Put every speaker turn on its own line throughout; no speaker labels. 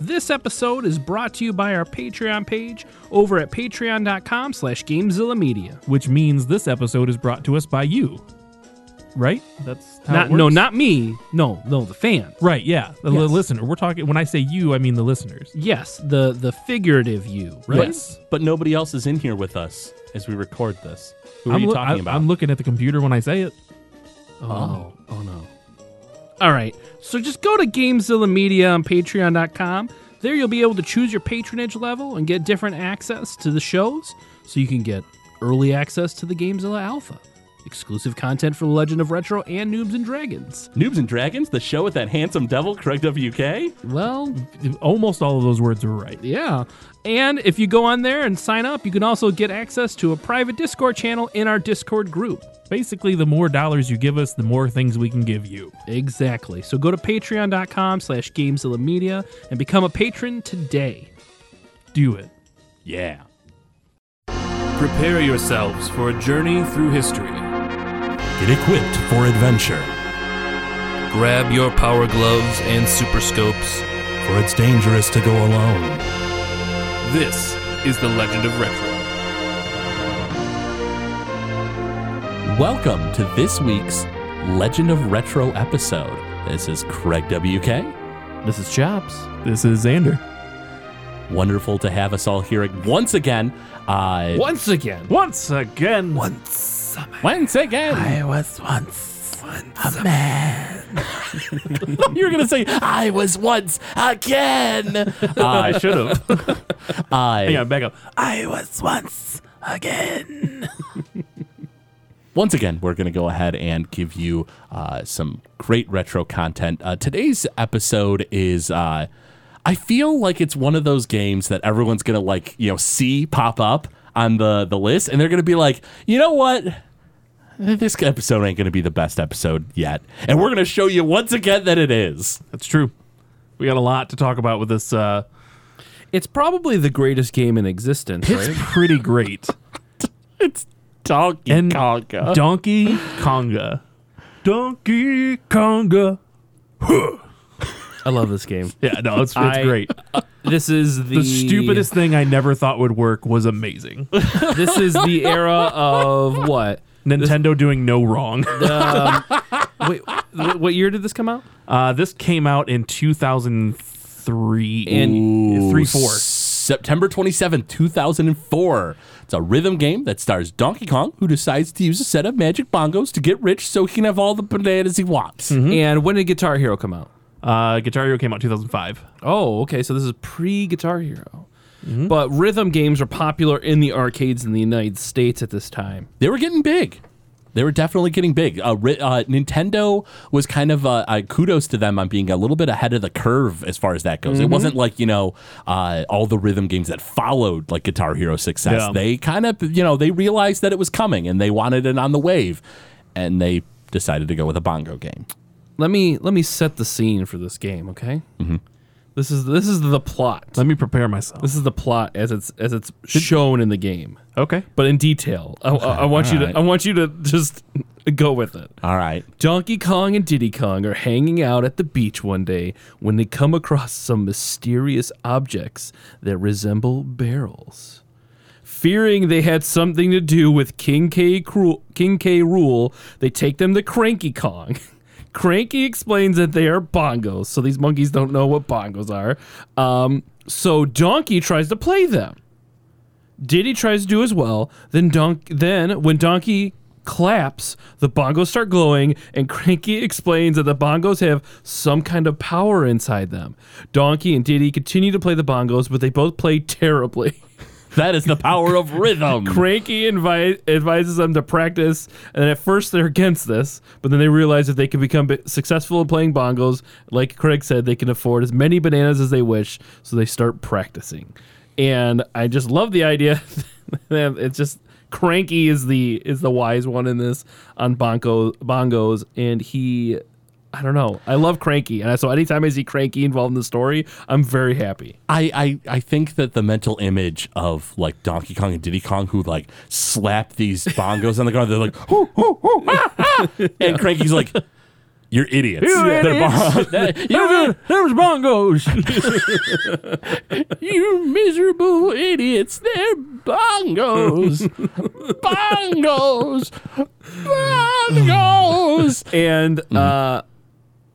This episode is brought to you by our Patreon page over at patreon.com slash GameZilla Media.
which means this episode is brought to us by you. Right? That's how
Not,
it works?
no, not me. No, no, the fans.
right. Yeah, the li-
Yes.
listener. We're talking. When I say you, I mean the listeners.
Yes, the the figurative you, right?
Yes, but nobody else is in here with us as we record this. Who are
I'm
you
loo-
talking
I-
about?
I'm looking at the computer when I say it.
Oh, oh no. All right. So just go to GameZilla Media on patreon.com. There you'll be able to choose your patronage level and get different access to the shows. So you can get early access to the GameZilla Alpha, exclusive content for The Legend of Retro and Noobs and Dragons.
Noobs and Dragons, the show with that handsome devil, Craig WK.
Well,
Almost all of those words were right.
yeah. And if you go on there and sign up, you can also get access to a private Discord channel in our Discord group.
Basically, the more dollars you give us, the more things we can give you.
Exactly. So go to patreon.com slash GameZilla Media and become a patron today.
Do it.
Yeah.
Prepare yourselves for a journey through history.
Get equipped for adventure,
Grab your power gloves and super scopes.
for it's dangerous to go alone.
This is the Legend of Retro.
Welcome to this week's Legend of Retro episode. This is Craig WK.
This is Chops.
This is Xander.
Wonderful to have us all here once again. Uh,
Once again.
Once again.
Once again.
I was once, a man.
you were going to say, I was once again. uh, I should have.
Hang on, back up.
I was once again.
once again, we're going to go ahead and give you uh, some great retro content. Uh, today's episode is. Uh, I feel like it's one of those games that everyone's gonna like, you know, see pop up on the the list, and they're gonna be like, you know what? This episode ain't gonna be the best episode yet, and we're gonna show you once again that it is.
That's true. We got a lot to talk about with this. Uh,
It's probably the greatest game in existence,
it's
right?
pretty great.
It's Donkey
And
Konga.
Donkey Konga. Donkey Konga.
I love this game.
Yeah, no, it's, it's
I-
great.
This is the,
The stupidest thing I never thought would work was amazing.
This is the era of what?
Nintendo doing no wrong.
Wait, wh- what year did this come out?
Uh, this came out in 2003.
And-
Ooh, three, four.
September 27th, 2004. It's a rhythm game that stars Donkey Kong, who decides to use a set of magic bongos to get rich so he can have all the bananas he wants.
Mm-hmm. Hmm?
And when did Guitar Hero come out?
Uh, Guitar Hero came out in 2005.
Oh, okay. So this is pre Guitar Hero.
Mm-hmm.
But rhythm games were popular in the arcades in the United States at this time.
They were getting big. They were definitely getting big. Uh, ri- uh, Nintendo was kind of uh, uh, kudos to them on being a little bit ahead of the curve as far as that goes. It
Mm-hmm.
wasn't like you know uh, all the rhythm games that followed like Guitar Hero success.
Yeah.
They kind of you know they realized that it was coming and they wanted it on the wave, and they decided to go with a bongo game.
Let me let me set the scene for this game, okay? Mm-hmm. This is this is the plot.
Let me prepare myself.
This is the plot as it's as it's shown in the game,
Okay.
but in detail. I, I, I want you to I want you to just go with it.
All right.
Donkey Kong and Diddy Kong are hanging out at the beach one day when they come across some mysterious objects that resemble barrels. Fearing they had something to do with King K. Cru- King K. Rule, they take them to Cranky Kong. Cranky explains that they are bongos, so these monkeys don't know what bongos are. Um, so Donkey tries to play them. Diddy tries to do as well. Then Donk. Then when Donkey claps, the bongos start glowing, and Cranky explains that the bongos have some kind of power inside them. Donkey and Diddy continue to play the bongos, but they both play terribly.
That is the power of rhythm.
Cranky advi- advises them to practice, and at first they're against this, but then they realize if they can become bi- successful in playing bongos, like Craig said, they can afford as many bananas as they wish, so they start practicing. And I just love the idea. that it's just Cranky is the is the wise one in this on bongo bongos, and he. I don't know. I love Cranky, and so anytime I see Cranky involved in the story, I'm very happy.
I, I I think that the mental image of like Donkey Kong and Diddy Kong who like slap these bongos on the ground, they're like, hoo, hoo, hoo, ah, ah," and Cranky's like, You're idiots. They're borrowed.
there was bongos.
you miserable idiots. They're bongos. bongos. Bongos.
And
Mm-hmm.
uh,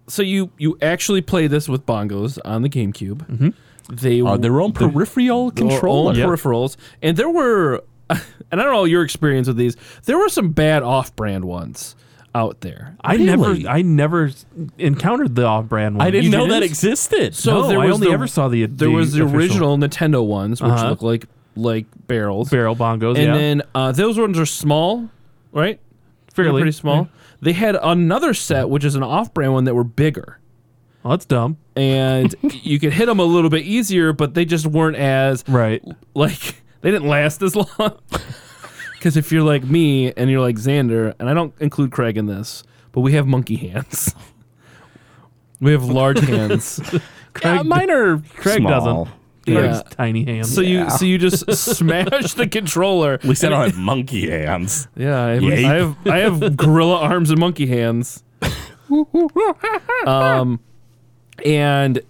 so you you actually play this with bongos on the GameCube.
Mm-hmm.
They
Uh, their own peripheral
their
controller.
own peripherals, and there were, and I don't know your experience with these. There were some bad off-brand ones out there.
I
Really?
never, I never encountered the off-brand one.
I didn't
You
know that existed.
No,
So there
I
was
only
the-
ever saw the
There was the
official
original Nintendo ones, which
Uh-huh.
look like like barrels,
barrel bongos.
and
yeah,
then uh, those ones are small, right? They're
fairly
pretty small. They had another set, which is an off-brand one that were bigger.
Well, Oh, that's dumb.
and you could hit them a little bit easier, but they just weren't as
Right.
like they didn't last as long. Because if you're like me and you're like Xander, and I don't include Craig in this, but we have monkey hands. We have large hands,
yeah, mine are
Craig
small.
doesn't.
Yeah.
Craig's tiny hands.
so you so you just smash the controller.
At least I don't have monkey hands.
Yeah, I have,
Yeah.
I have I have gorilla arms and monkey hands. um, and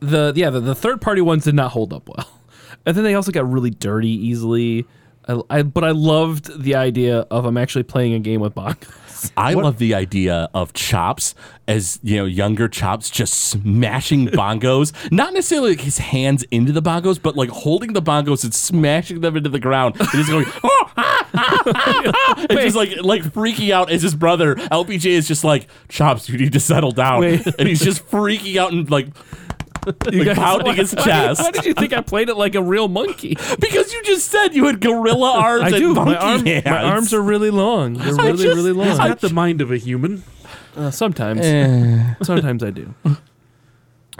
the yeah the, the third party ones did not hold up well, and then they also got really dirty easily. I, I, but I loved the idea of I'm actually playing a game with bongos.
I love the idea of Chops as you know younger Chops just smashing bongos, not necessarily like his hands into the bongos, but like holding the bongos and smashing them into the ground and just going. "Oh, ah, ah, ah, ah," And just like like freaking out as his brother LPJ is just like Chops, you need to settle down,
Wait.
and he's just freaking out and like, like pounding his chest
Why did you think I played it like a real monkey?
because you just said you had gorilla arms
I
and
do.
monkey
My, arm,
hands.
my arms are really long. They're
I
really
just-
really long.
He's got
the mind of a human.
Uh, sometimes. sometimes I do.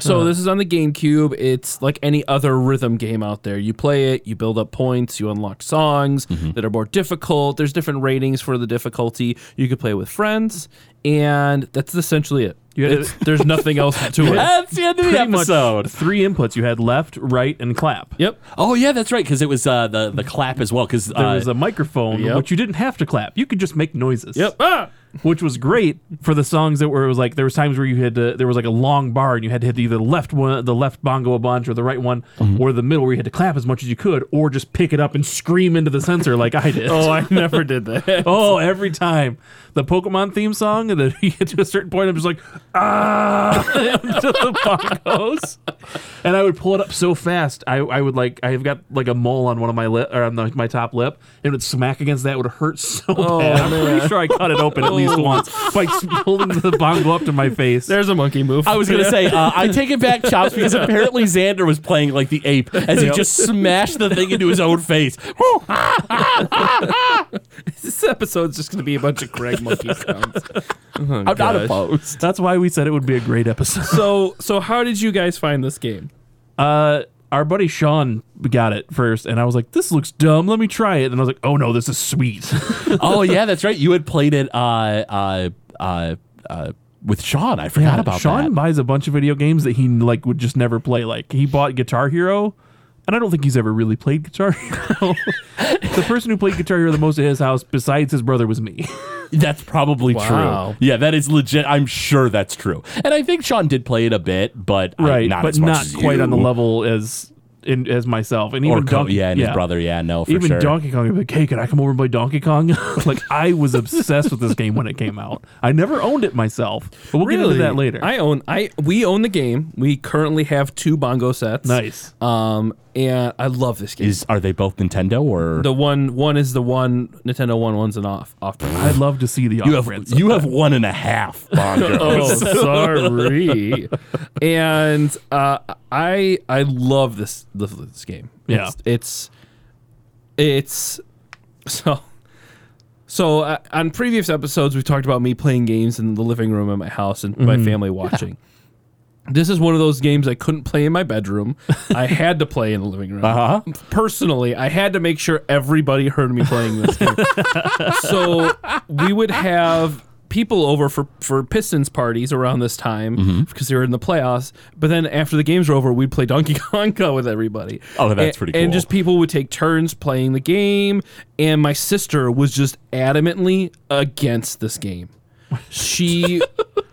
So this is on the GameCube. It's like any other rhythm game out there. You play it, you build up points, you unlock songs that are more difficult. There's different ratings for the difficulty. You could play with friends, and that's essentially it.
You had
It's- there's nothing else to it.
That's the end of the
Pretty much
episode.
three inputs. You had left, right, and clap.
Yep.
Oh yeah, that's right. Because it was uh, the the clap as well. Because
There
uh,
was a microphone,
yep.
which you didn't have to clap. You could just make noises.
Yep. Ah!
Which was great for the songs that were. It was like there was times where you had to, there was like a long bar and you had to hit either the left one, the left bongo a bunch, or the right one, or the middle where you had to clap as much as you could, or just pick it up and scream into the sensor like I did.
Oh, I never did that.
Oh, every time the Pokemon theme song, and then you get to a certain point, I'm just like, ah, to the bongos, and I would pull it up so fast. I, I would like, I've got like a mole on one of my lip or on the, my top lip, and it would smack against that. It would hurt so bad. I'm pretty sure I cut it open at least once by s- holding the bongo up to my face.
There's a monkey move.
I was gonna say uh, I take it back, chops, because apparently Xander was playing like the ape as he just smashed the thing into his own face.
Oh,
this episode's just gonna be a bunch of Craig monkey sounds.
I'm not opposed.
That's why we said it would be a great episode.
so, so how did you guys find this game?
Uh, our buddy Sean got it first, and I was like, "This looks dumb. Let me try it." And I was like, "Oh no, this is sweet."
Oh yeah, that's right. You had played it uh, uh, uh, uh, with Sean. I forgot about
Sean
that.
buys a bunch of video games that he like would just never play. Like he bought Guitar Hero, and I don't think he's ever really played Guitar Hero. the person who played Guitar Hero the most at his house, besides his brother, was me.
That's probably
Wow.
true. Yeah, that is legit. I'm sure that's true. And I think Sean did play it a bit, but I- not
but
as much
not
as
quite
you.
on the level as in, as myself, and
Or
even
Co-
Donkey,
yeah, and his brother. Yeah, no, for
even
sure.
Donkey Kong, I'd be like, hey, can I come over and play Donkey Kong? like, I was obsessed with this game when it came out. I never owned it myself, but we'll get into that later.
I own I we own the game. We currently have two bongo sets.
nice.
Um and I love this game.
is are they both Nintendo or
the one one is the one Nintendo one one's an off off.
I'd love to see the
you have
off-brand
you have one and a half bongos.
sorry. and uh I I love this this, this game.
Yeah.
It's it's, it's so so uh, on previous episodes we've talked about me playing games in the living room at my house and my family watching. This is one of those games I couldn't play in my bedroom. I had to play in the living room.
Uh-huh.
Personally, I had to make sure everybody heard me playing this game. so we would have people over for, for Pistons parties around this time
Mm-hmm.
because they were in the playoffs. But then after the games were over, we'd play Donkey Kong with everybody.
Oh, that's
A-
pretty
And
cool.
just people would take turns playing the game. And my sister was just adamantly against this game. She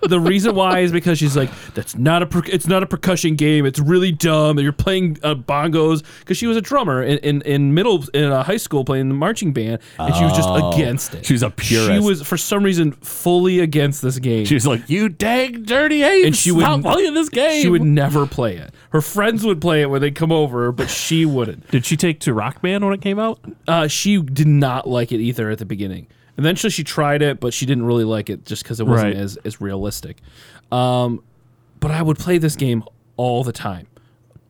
the reason why is because she's like, that's not a per- it's not a percussion game. It's really dumb. You're playing uh, bongos because she was a drummer in, in, in middle in uh, high school playing the marching band, and she was just against it.
she was a
She
purist.
was for some reason fully against this game.
She was like, "You dang dirty apes!
And she would-
stop playing this game."
she would never play it. Her friends would play it when they come over, but she wouldn't.
Did she take to Rock Band when it came out?
Uh, she did not like it either at the beginning. Eventually, she tried it, but she didn't really like it just because it wasn't
Right.
as, as realistic. Um, but I would play this game all the time.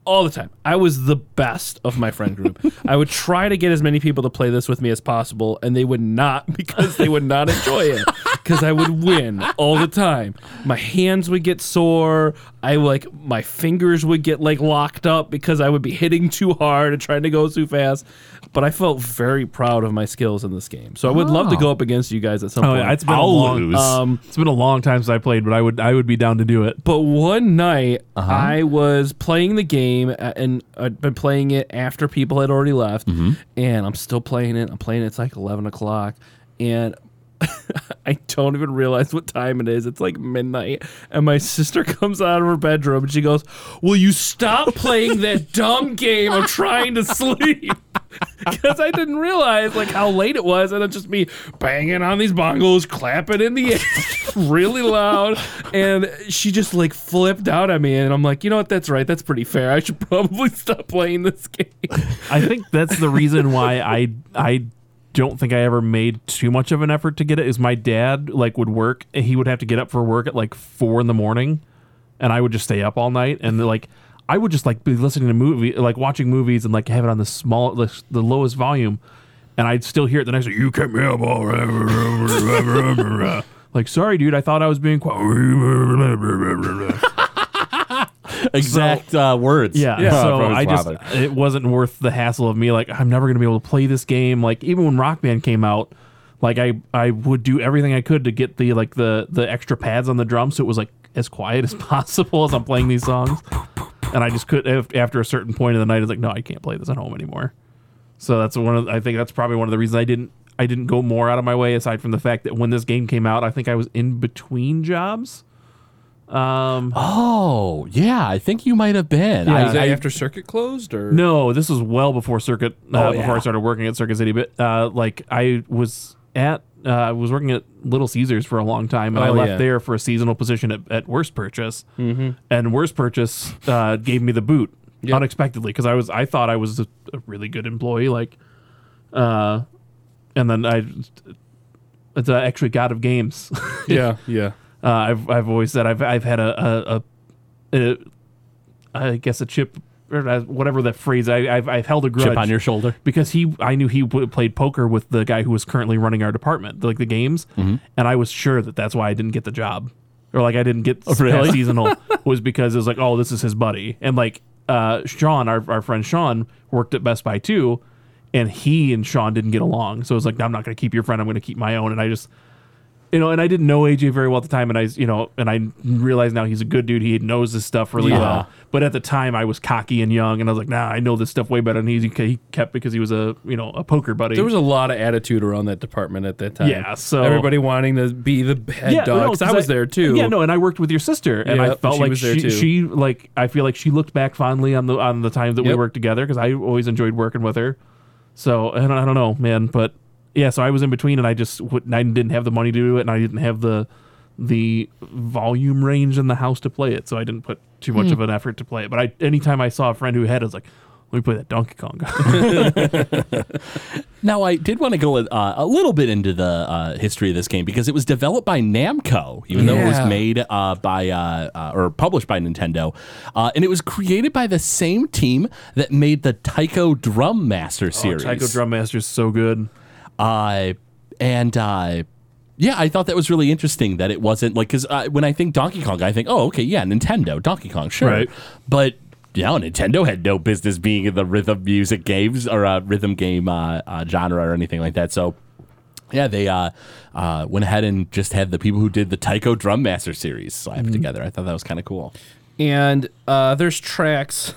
All the time. I was the best of my friend group. I would try to get as many people to play this with me as possible, and they would not because they would not enjoy it. Because I would win all the time. My hands would get sore. I like my fingers would get like locked up because I would be hitting too hard and trying to go too fast. But I felt very proud of my skills in this game. So I would love to go up against you guys at some
Oh,
point.
yeah, it's been a
I'll
long.
lose.
Um, it's been a long time since I played, but I would I would be down to do it.
But one night, I was playing the game, uh, and I'd been playing it after people had already left, and I'm still playing it. I'm playing it. It's like 11 o'clock, and I don't even realize what time it is. It's like midnight, and my sister comes out of her bedroom, and she goes, "Will you stop playing that dumb game? I'm trying to sleep." Because I didn't realize like how late it was, and it's just me banging on these bongos, clapping in the air really loud, and she just like flipped out at me, and I'm like, you know what? That's right. That's pretty fair. I should probably stop playing this game.
I think that's the reason why I I don't think I ever made too much of an effort to get it. Is my dad like would work? and He would have to get up for work at like four in the morning, and I would just stay up all night and like. I would just like be listening to movie, like watching movies, and like have it on the small, the, the lowest volume, and I'd still hear it the next day. You kept me up all right. like, sorry, dude, I thought I was being quiet.
exact uh, words.
Yeah, so
from his
I just
father.
it wasn't worth the hassle of me like I'm never gonna be able to play this game. Like even when Rock Band came out, like I I would do everything I could to get the like the the extra pads on the drums so it was like as quiet as possible as I'm playing these songs. And I just could af- after a certain point of the night, I was like, no, I can't play this at home anymore. So that's one of I think that's probably one of the reasons I didn't I didn't go more out of my way aside from the fact that when this game came out, I think I was in between jobs. Um,
Oh yeah, I think you might have been.
Yeah.
I-
Is
I-
that
I,
after
After circuit closed, or
No, this was well before circuit. Uh,
Oh,
before I
yeah.
started working at Circuit City, but uh, like I was at, uh, I was working at Little Caesars for a long time, and I
Oh,
left
yeah.
there for a seasonal position at, at Worst Purchase, mm-hmm. and Worst Purchase uh, gave me the boot unexpectedly because I was I thought I was a, a really good employee, like, uh, and then I. It's uh, actually God of Games.
yeah, yeah.
Uh, I've I've always said I've I've had a a, a, a I guess a chip or uh, whatever that phrase I I've, I've held a grudge
chip on your shoulder.
because he I knew he w- played poker with the guy who was currently running our department like the games
Mm-hmm.
and I was sure that that's why I didn't get the job or like I didn't get s-
Oh, really?
past seasonal was because it was like oh this is his buddy and like uh Sean our our friend Sean worked at Best Buy too and he and Sean didn't get along so it was like I'm not going to keep your friend I'm going to keep my own and I just you know, and I didn't know AJ very well at the time, and I, you know, and I realize now he's a good dude. He knows this stuff really well. But at the time, I was cocky and young, and I was like, nah, I know this stuff way better than he, he kept because he was a, you know, a poker buddy.
There was a lot of attitude around that department at that time.
Yeah, so-
everybody wanting to be the head
no,
dog. 'cause
'cause
I was there too.
Yeah, no, and I worked with your sister, and I
Yep,
felt
she
like
was there
she,
too.
she, like, I feel like she looked back fondly on the on the time that we
Yep.
worked together because I always enjoyed working with her. So I don't, I don't know, man, but yeah, so I was in between, and I just wouldn't- I didn't have the money to do it, and I didn't have the the volume range in the house to play it, so I didn't put too much of
Hmm.
an effort to play it. But I, anytime I saw a friend who had, it, I was like, let me play that Donkey Kong.
Now, I did want to go uh, a little bit into the uh, history of this game because it was developed by Namco, even though it was
Yeah.
made uh, by uh, uh, or published by Nintendo, uh, and it was created by the same team that made the Taiko Drum Master series.
Taiko Drum Master's so good.
Uh, and uh, yeah, I thought that was really interesting that it wasn't like because uh, when I think Donkey Kong, I think, oh, okay, yeah, Nintendo, Donkey Kong, sure,
Right.
but. Yeah, Nintendo had no business being in the rhythm music games or uh, rhythm game uh, uh, genre or anything like that. So, yeah, they uh, uh, went ahead and just had the people who did the Taiko Drum Master series slapped
Mm-hmm.
together. I thought that was kind of cool.
and uh, there's tracks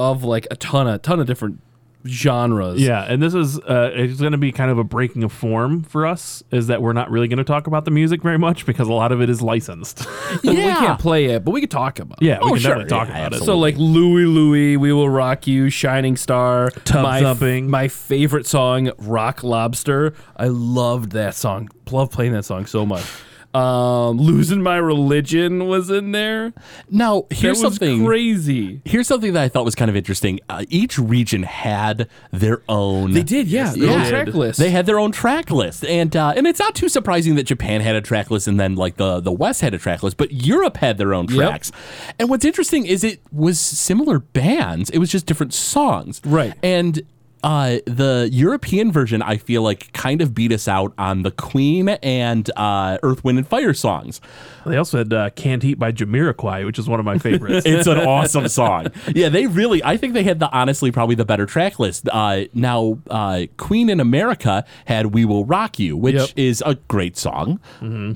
of like a ton of ton of different genres.
Yeah, and this is uh, it's going to be kind of a breaking of form for us. Is that we're not really going to talk about the music very much because a lot of it is licensed.
Well, we can't play it, but we can talk about. it.
yeah, we
Oh,
can
sure,
definitely talk
yeah,
about
So like Louie Louie, We Will Rock You, Shining Star, my,
Thumping.
my favorite song, Rock Lobster. I loved that song. Love playing that song so much. Um, Losing My Religion was in there.
Now, here's
that was
something.
crazy.
Here's something that I thought was kind of interesting. Uh, each region had their own.
They did, yeah. Their own track list.
They had their own track list, and uh, and it's not too surprising that Japan had a track list, and then like the the West had a track list, but Europe had their own tracks. And what's interesting is it was similar bands; it was just different songs,
Right.
And. Uh, the European version, I feel like, kind of beat us out on the Queen and uh, Earth, Wind, and Fire songs.
they also had uh, "Can't Heat" by Jamiroquai, which is one of my favorites.
It's an awesome song. Yeah, they really. I think they had the honestly probably the better track list. Uh, now, uh, Queen in America had "We Will Rock You," which
Yep.
is a great song.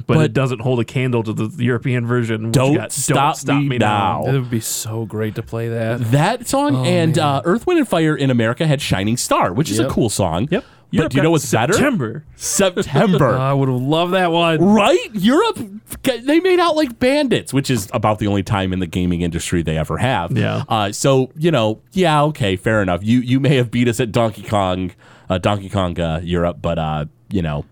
but, it doesn't hold a candle to the European version. which
Don't
got
Stop Me Now.
It would be so great to play that.
That song and uh, Earth, Wind, and Fire in America had "Shining Star," which is a
Yep.
cool song.
Yep.
But
Europe
do you know
got
what's
September.
better? September.
I would have loved that one.
Right? Europe, they made out like bandits, which is about the only time in the gaming industry they ever have.
Yeah.
Uh, so you know, yeah, okay, fair enough. You you may have beat us at Donkey Kong, uh, Donkey Kong uh, Europe, but uh, you know,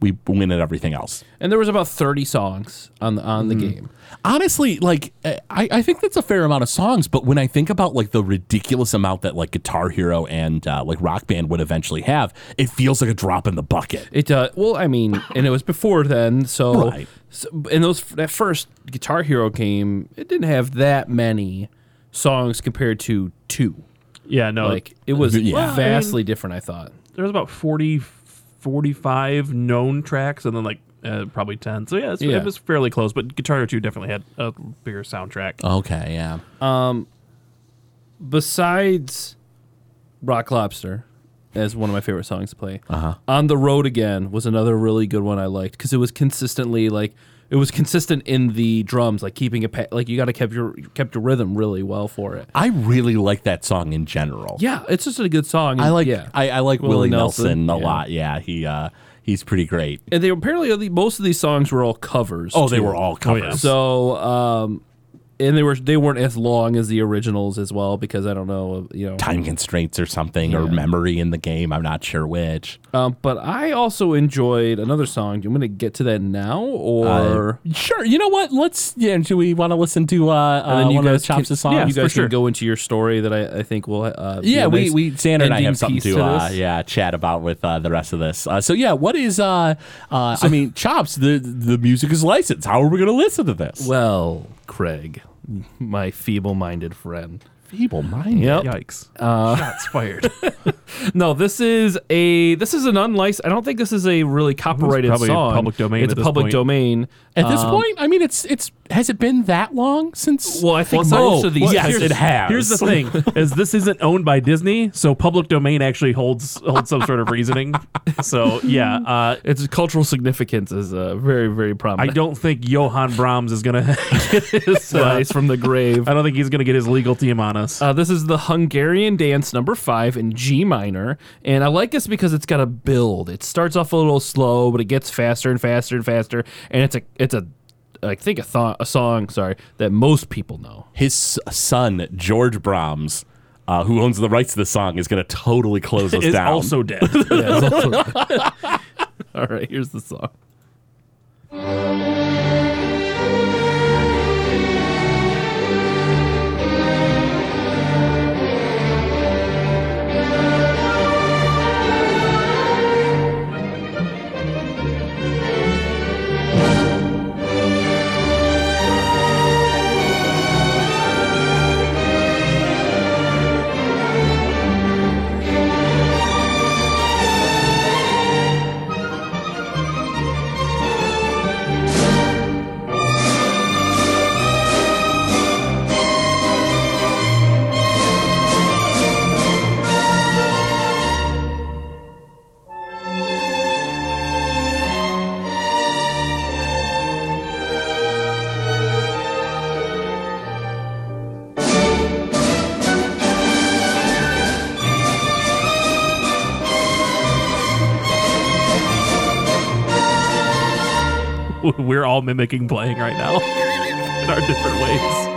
we win at everything else.
And there was about 30 songs on the, on the
Mm-hmm.
game.
Honestly, like I, I think that's a fair amount of songs, but when I think about like the ridiculous amount that like Guitar Hero and uh, like Rock Band would eventually have, it feels like a drop in the bucket.
It uh, well, I mean, and it was before then, so,
Right.
so and those that first Guitar Hero game, it didn't have that many songs compared to two.
Yeah, no,
Like it was
Yeah. Well, I
vastly different. I thought.
there was about 40, 45 known tracks, and then like uh, probably ten. So yeah, it's,
Yeah.
it was fairly close. But Guitar Hero Two definitely had a bigger soundtrack.
Okay, yeah.
Besides Rock Lobster, as one of my favorite songs to play, uh-huh. On the Road Again was another really good one I liked because it was consistently like it was consistent in the drums, like keeping it pa- like you got to keep your kept your rhythm really well for it.
I really like that song in general.
Yeah, it's just a good song.
I
and-
like
yeah.
I, I like Willie
Willie
Nelson,
Nelson,
a
yeah.
lot. Yeah, he uh, he's pretty great.
and they were apparently the- most of these songs were all covers.
Oh, they
too.
were all covers.
so. Um, and they were they weren't as long as the originals as well because I don't know you know.
time constraints or something or memory in the game. I'm not sure which.
Um, but I also enjoyed another song. Do you want me to get to that now or?
Sure, you know what? Let's yeah. Do we want to listen to uh, uh one of Chops'
can,
songs?
Yeah, you
for
guys
sure.
can go into your story that I, I think will. Uh, be
Yeah,
a
we
nice
we Xander and
ending
I have something
piece
to, uh,
this.
yeah chat about with uh, the rest of this. Uh, so yeah, what is uh, uh I mean Chops the the music is licensed. How are we going to listen to this?
Well, Craig, my feeble-minded friend.
Feeble minded.
Oh.
Yikes! Shots fired.
No, this is a this is an unlicensed. I don't think this is a really copyrighted
probably
song.
public domain
It's
at
a
this
public
point.
domain. Um,
At this point, I mean it's it's has it been that long since?
Well, I think
Well, so-
most of these.
well,
yes,
here's-
it has.
Here's the thing: is this isn't owned by Disney, so public domain actually holds holds some sort of reasoning. So yeah, uh,
Its cultural significance is uh, very, very
I
prominent.
don't think Johann Brahms is gonna get his. Uh,
Rise from the grave.
I don't think he's gonna get his legal team on us.
Uh, this is the Hungarian dance number five in G minor, and I like this because it's got a build. It starts off a little slow, but it gets faster and faster and faster, and it's a it's a I think a, th- a song sorry that most people know.
his son George Brahms, uh, who owns the rights to the song, is going to totally close us
is
down.
also dead.
All right, here's the song.
Thank
we're all mimicking playing right now in our different ways.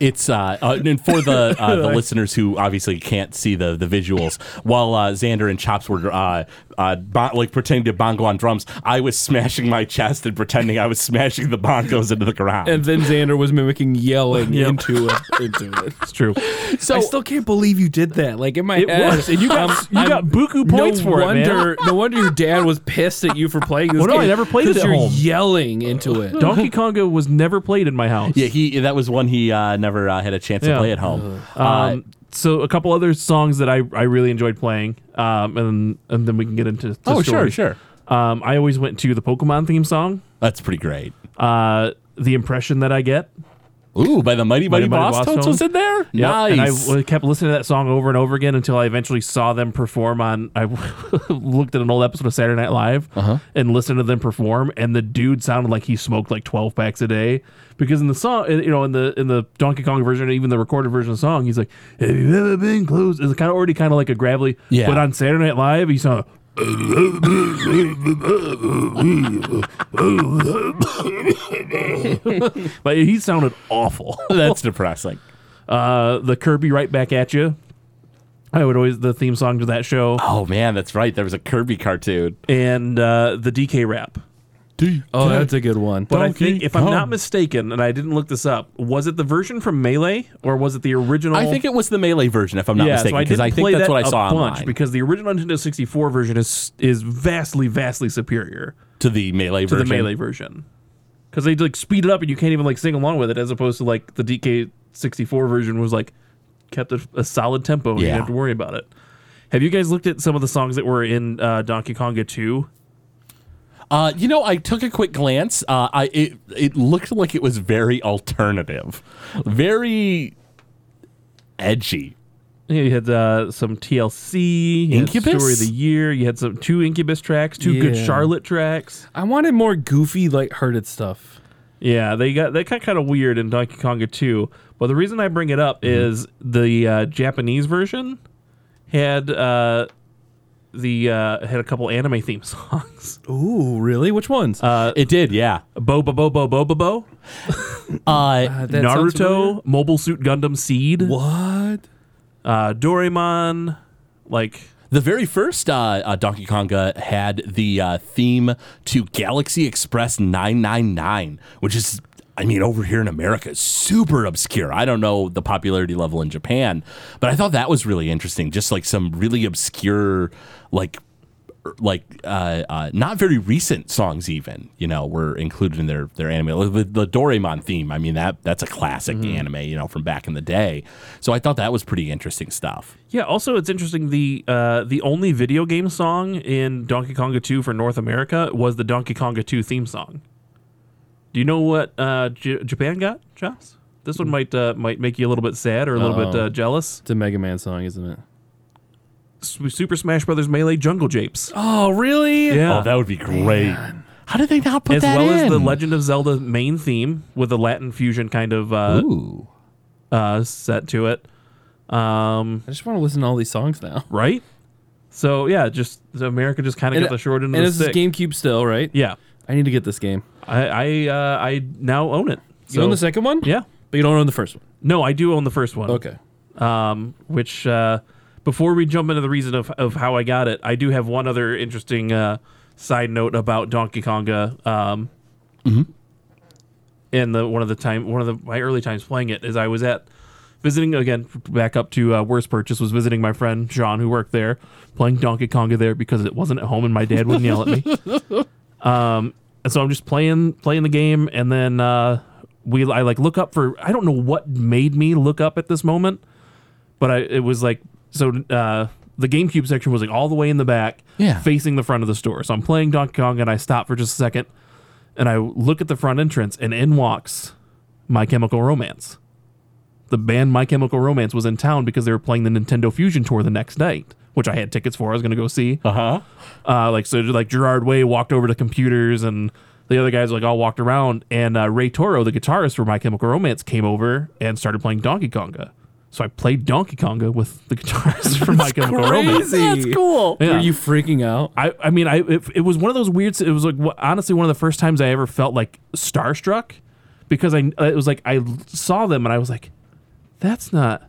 It's uh, uh and for the uh, the listeners who obviously can't see the the visuals. While uh, Xander and Chops were uh, uh bon- like pretending to bongo on drums, I was smashing my chest and pretending I was smashing the bongos into the ground.
And then Xander was mimicking yelling into it. Into it.
It's true.
So I still can't believe you did that. Like in my
It
head,
was, and you got- you got buku
no
points for it, man.
wonder, No wonder your dad was pissed at you for playing this.
Well, no, I
game,
never played it
'cause
at
you're
home.
Yelling into it.
Donkey Konga was never played in my house.
yeah, he that was one he uh, never uh, had a chance
Yeah.
to play at home. Uh,
Um, so a couple other songs that I, I really enjoyed playing, um, and and then we can get into to
Oh, sure,
stories.
sure.
Um, I always went to the Pokemon theme song.
that's pretty great.
Uh, the impression that I get,
Ooh, by the mighty
Mighty
mighty,
Mighty Boss
boss, Toads was
Tones?
in there.
Yep,
Nice.
And I w- kept listening to that song over and over again until I eventually saw them perform on. I looked at an old episode of Saturday Night Live and listened to them perform, and the dude sounded like he smoked like twelve packs a day because in the song, you know, in the in the Donkey Kong version, and even the recorded version of the song, he's like, "Have you ever been close?" It's kind of already kind of like a gravelly.
Yeah.
But on Saturday Night Live, he sounded. like he sounded awful.
that's depressing.
uh, the Kirby right back at you. I would always the theme song to that show
Oh man, that's right. There was a Kirby cartoon.
and uh, the DK rap.
Oh, that's a good one.
But I think, if I'm not mistaken, and I didn't look this up, was it the version from Melee or was it the original?
I think it was the melee version, if I'm not
yeah, so
mistaken,
I
because
did
I, think
play
that's
that
what I
a
saw
bunch
online
because the original Nintendo 64 version is is vastly, vastly superior
to the
to
melee version.
the Melee version because they like speed it up and you can't even like sing along with it, as opposed to like the DK 64 version was like kept a, a solid tempo and you
Yeah.
didn't have to worry about it. Have you guys looked at some of the songs that were in uh, Donkey Konga 2?
Uh, you know, I took a quick glance. Uh, I it it looked like it was very alternative, very edgy.
You had uh, some TLC, you had
Incubus?
Story of the Year. You had some two Incubus tracks, two Good
Yeah.
Charlotte tracks.
I wanted more goofy, lighthearted stuff.
Yeah, they got they got kind of weird in Donkey Konga 2. But the reason I bring it up
Mm-hmm.
is the uh, Japanese version had uh, the uh, had a couple anime theme songs.
Ooh, really? Which ones?
Uh,
it did, yeah.
Bo bo bo bo bo bo bo.
Uh,
That sounds familiar.
Naruto, Mobile Suit Gundam Seed,
What?
uh, Doraemon, like
the very first uh, uh, Donkey Konga had the uh, theme to Galaxy Express 999, which is, I mean, over here in America, is super obscure. I don't know the popularity level in Japan, but I thought that was really interesting. Just like some really obscure, like, er, like uh, uh, not very recent songs, even you know, were included in their their anime. Like, The, the Doraemon theme, I mean that that's a classic anime, you know, from back in the day. So I thought that was pretty interesting stuff.
yeah. Also, it's interesting the uh, the only video game song in Donkey Konga 2 for North America was the Donkey Konga 2 theme song. Do you know what uh, J- Japan got, Joss? This
Hmm.
one might uh, might make you a little bit sad or a little bit
Uh-oh.
uh, jealous.
It's a Mega Man song, isn't it?
S- Super Smash Brothers Melee Jungle Japes,
Oh, really?
Yeah.
Oh, that would be great. How did they not put
as
that
well
in?
as the Legend of Zelda main theme with a Latin fusion kind of uh,
Ooh.
uh, set to it. Um,
I just want to listen to all these songs now.
right? So yeah, just America just kind of got the short end of the
this is
stick.
GameCube still, right?
yeah,
I need to get this game.
I I uh, I now own it.
You own the second one?
Yeah.
But you don't own the first one.
No, I do own the first one.
Okay.
Um, which uh, before we jump into the reason of of how I got it, I do have one other interesting uh, side note about Donkey Konga. Um, and the one of the time one of the my early times playing it is I was at visiting again back up to uh, worst purchase was visiting my friend John who worked there playing Donkey Konga there because it wasn't at home and my dad wouldn't yell at me. Um, and so I'm just playing playing the game and then uh, we I like look up for I don't know what made me look up at this moment, but I it was like so uh, the GameCube section was like all the way in the back,
Yeah.
facing the front of the store. So I'm playing Donkey Kong and I stop for just a second and I look at the front entrance, and in walks My Chemical Romance. The band My Chemical Romance was in town because they were playing the Nintendo Fusion Tour the next night, which I had tickets for. I was going to go see. Uh-huh. Like so, like Gerard Way walked over to computers, and the other guys like all walked around. And uh, Ray Toro, the guitarist for My Chemical Romance, came over and started playing Donkey Konga. So I played Donkey Konga with the guitarist for My Chemical Romance.
That's cool. Were
Yeah.
you freaking out?
I, I mean, I it, it was one of those weird. It was like wha- honestly one of the first times I ever felt like starstruck because I uh, it was like I l- saw them and I was like, that's not.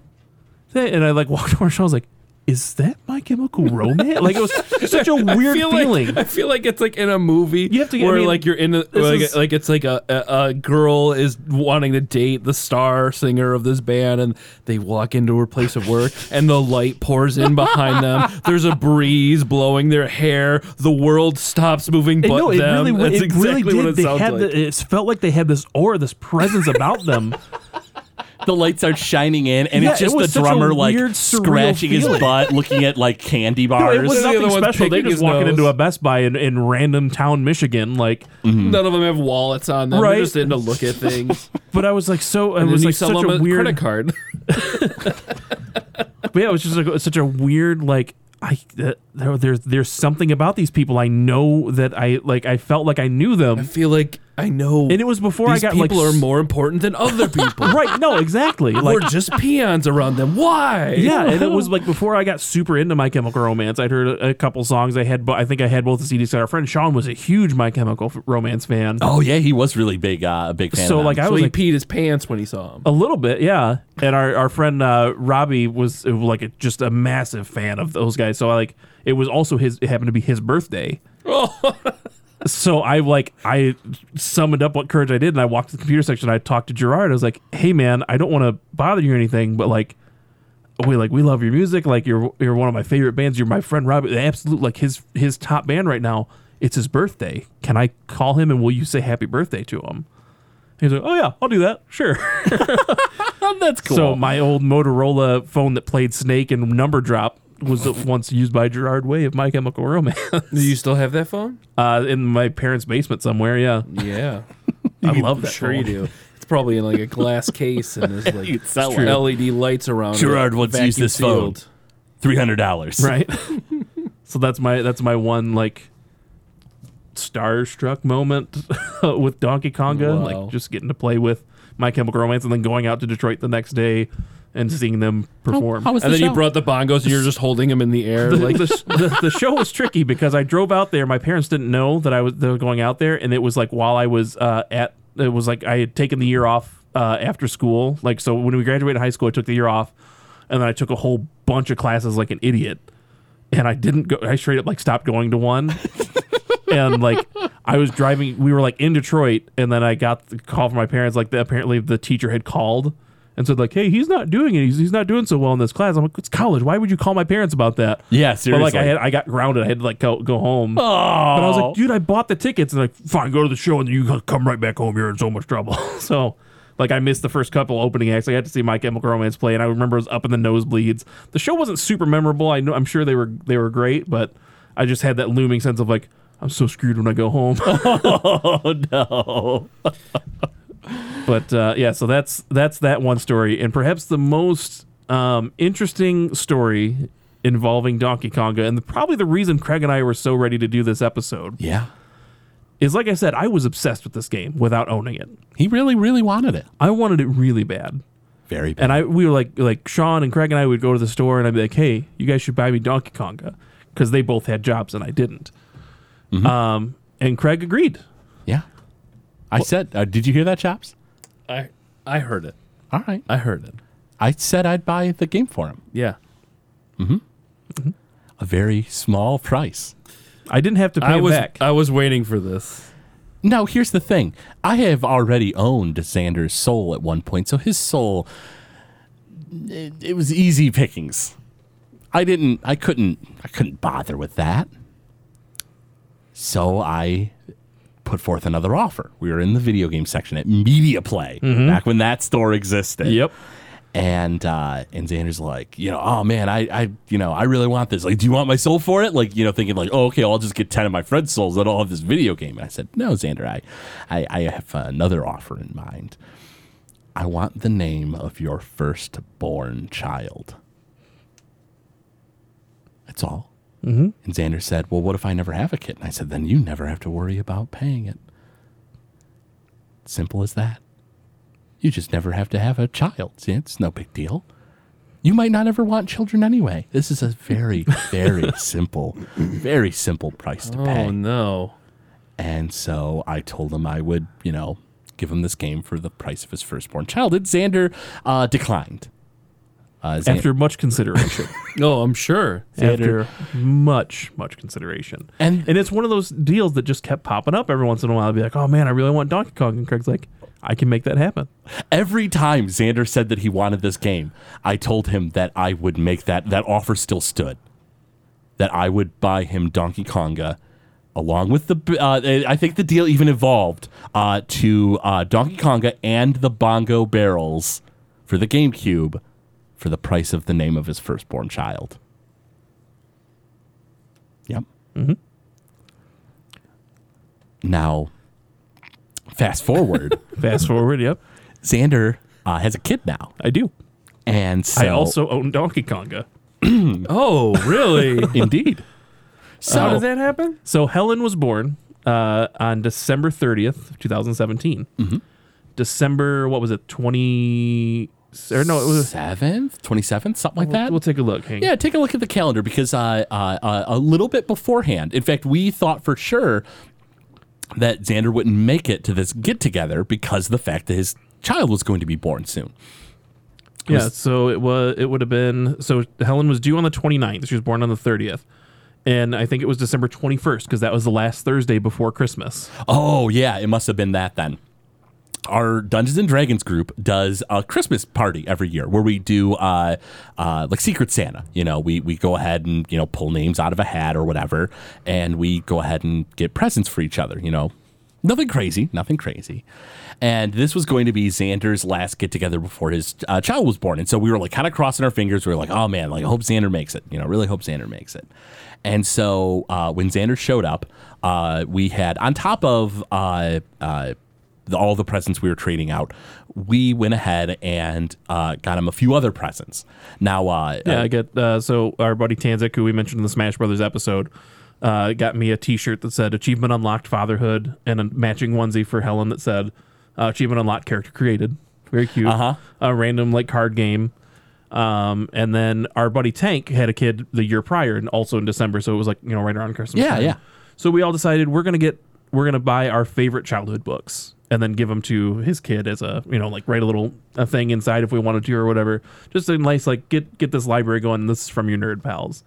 That, and I like walked over and I was like, is that My Chemical Romance? like it was such a weird
feel like-
feeling.
I feel like it's like in a movie
You have to get- I
where
mean,
like you're in a,
this
like,
is-
like it's like a, a, a girl is wanting to date the star singer of this band and they walk into her place of work and the light pours in behind them. There's a breeze blowing their hair. The world stops moving but
no, it
them.
really, wa-
That's
it
exactly
really did.
what it
they
sounds
had
like.
the, it felt like they had this aura, this presence about them.
The lights are shining in, and
Yeah,
it's just
it was
the
such a
drummer like
weird, surreal
scratching his
feeling.
butt, looking at like candy bars.
it was
the other
nothing
one's
special. They
picking
just
his
walking
nose. Mm.
into a Best Buy in, in random town, Michigan, like.
None of them have wallets on them.
Right.
They're just in to look at things.
But I was like, so it
and
was
then you
like
sell
such
them
a
a
weird
credit card.
But yeah, it was just like such a weird like I uh, there, there's there's something about these people I know that I like I felt like I knew
I
them,
feel like I know.
and it was before
these
I got like
people are
s-
more important than other people.
right. No, exactly. Like
We're just peons around them. Why?
yeah, and it was like before I got super into My Chemical Romance. I'd heard a, a couple songs. I had bo- I think I had both the CDs. Our friend Sean was a huge My Chemical F- Romance fan.
oh yeah, he was really big, uh, a big fan.
So
of
like
them.
I
So
was
he
like
peed his pants when he saw him.
a little bit, yeah. And our our friend uh, Robbie was uh, like a, just a massive fan of those guys. So I like it was also his it happened to be his birthday. so I like I summoned up what courage I did, and I walked to the computer section. I talked to Gerard. I was like, "Hey, man, I don't want to bother you or anything, but like, we like we love your music. Like, you're you're one of my favorite bands. You're my friend Robbie. The absolute like his his top band right now. It's his birthday. Can I call him and will you say happy birthday to him?" He's like, "Oh yeah, I'll do that. Sure."
that's cool.
So my old Motorola phone that played Snake and Number Drop was once used by Gerard Way of My Chemical Romance
Do you still have that phone?
uh, in my parents' basement somewhere. Yeah,
Yeah.
I love that.
sure you
phone.
do. It's probably in like a glass case and there's like
You'd sell it.
LED lights around
Gerard
it.
once used
vacuum
this phone.
sealed.
three hundred dollars.
right? so that's my that's my one like starstruck moment with Donkey Konga,
Wow.
like just getting to play with My Chemical Romance, and then going out to Detroit the next day and seeing them perform.
How was
And
the
then
show?
you brought the bongos and you're just holding them in the air.
the,
like
the, the, the show was tricky because I drove out there. My parents didn't know that I was they were going out there, and it was like while I was uh, at it was like I had taken the year off uh, after school. Like so, when we graduated high school, I took the year off, and then I took a whole bunch of classes like an idiot, and I didn't go. I straight up like stopped going to one. and like I was driving, we were like in Detroit, and then I got the call from my parents. Like the, apparently the teacher had called and said like, "Hey, he's not doing it. He's, he's not doing so well in this class." I'm like, "It's college. Why would you call my parents about that?"
Yeah,
But like I
seriously.
had, I got grounded. I had to like go, go home.
Oh,
But I was like, dude, I bought the tickets, and like, fine, go to the show, and you can come right back home. You're in so much trouble. so, like, I missed the first couple opening acts. I had to see My Chemical Romance play, and I remember it was up in the nosebleeds. The show wasn't super memorable. I know, I'm sure they were they were great, but I just had that looming sense of like, I'm so screwed when I go home.
no.
but uh, yeah, so that's that's that one story, and perhaps the most um, interesting story involving Donkey Konga, and the, probably the reason Craig and I were so ready to do this episode
Yeah,
is, like I said, I was obsessed with this game without owning it.
he really, really wanted it.
I wanted it really bad,
Very bad.
and I we were like like Sean and Craig and I would go to the store, and I'd be like, hey, you guys should buy me Donkey Konga because they both had jobs and I didn't. Um, and Craig agreed.
yeah. I said, uh, did you hear that, Chops?
I I heard it.
All right.
I heard it.
I said I'd buy the game for him.
Yeah.
A very small price.
I didn't have to pay
I
him
was
back.
I was waiting for this.
Now, here's the thing. I have already owned Xander's soul at one point, so his soul, it, it was easy pickings. I didn't, I couldn't, I couldn't bother with that. So I put forth another offer. We were in the video game section at Media Play back when that store existed.
yep.
And uh, and Xander's like, you know, oh man, I, I you know, I really want this. Like, do you want my soul for it? Like, you know, thinking like, oh, okay, I'll just get ten of my friend's souls, then I'll have this video game. And I said, no, Xander, I, I, I have another offer in mind. I want the name of your firstborn child. That's all. Mm-hmm. And Xander said, Well, what if I never have a kid? And I said, Then you never have to worry about paying it. Simple as that. You just never have to have a child. See, it's no big deal. You might not ever want children anyway. This is a very, very simple, very simple price to pay.
Oh no.
And so I told him I would, you know, give him this game for the price of his firstborn child. And Xander uh, declined. Uh, Xan-
After much consideration.
Oh, I'm sure.
after much, much consideration.
And-
and it's one of those deals that just kept popping up every once in a while. I'd be like, oh man, I really want Donkey Kong. And Craig's like, I can make that happen.
every time Xander said that he wanted this game, I told him that I would make that that offer still stood. That I would buy him Donkey Konga, along with the. b- Uh, I think the deal even evolved uh, to uh, Donkey Konga and the Bongo Barrels for the GameCube, for the price of the name of his firstborn child. Yep. Mm-hmm. Now, fast forward.
Fast forward, yep,
Xander uh, has a kid now,
I do.
and so
I also own Donkey Konga.
Oh, really?
indeed.
How
So
did that happen? Uh, So Helen was born uh, on December 30th, 2017. December, what was it, 20. Or no, it was.
seventh, twenty seventh, something like that.
We'll take a look. Hang
yeah, take a look at the calendar because uh, uh, uh, a little bit beforehand. In fact, we thought for sure that Xander wouldn't make it to this get together because of the fact that his child was going to be born soon.
Yeah, so it was it would have been so Helen was due on the 29th. She was born on the 30th. And I think it was December 21st because that was the last Thursday before Christmas.
Oh yeah, it must have been that then. Our Dungeons and Dragons group does a Christmas party every year where we do uh, uh, like Secret Santa. You know, we we go ahead and you know pull names out of a hat or whatever, and we go ahead and get presents for each other. You know, nothing crazy, nothing crazy. And this was going to be Xander's last get together before his uh, child was born, and so we were like kind of crossing our fingers. We were like, oh man, like I hope Xander makes it. You know, really hope Xander makes it. And so uh, when Xander showed up, uh, we had on top of uh, uh, the, all the presents we were trading out, we went ahead and uh, got him a few other presents. Now, uh,
Yeah,
uh,
I get uh, so our buddy Tanzik, who we mentioned in the Smash Brothers episode, uh, got me a T-shirt that said "Achievement Unlocked Fatherhood" and a matching onesie for Helen that said uh, "Achievement Unlocked Character Created." Very cute.
Uh-huh.
A random like card game. Um, and then our buddy Tank had a kid the year prior, and also in December, so it was like you know right around Christmas.
Yeah,
time.
yeah.
So we all decided we're gonna get we're gonna buy our favorite childhood books and then give them to his kid as a you know like write a little a thing inside if we wanted to or whatever. Just a nice like get get this library going. This is from your nerd pals.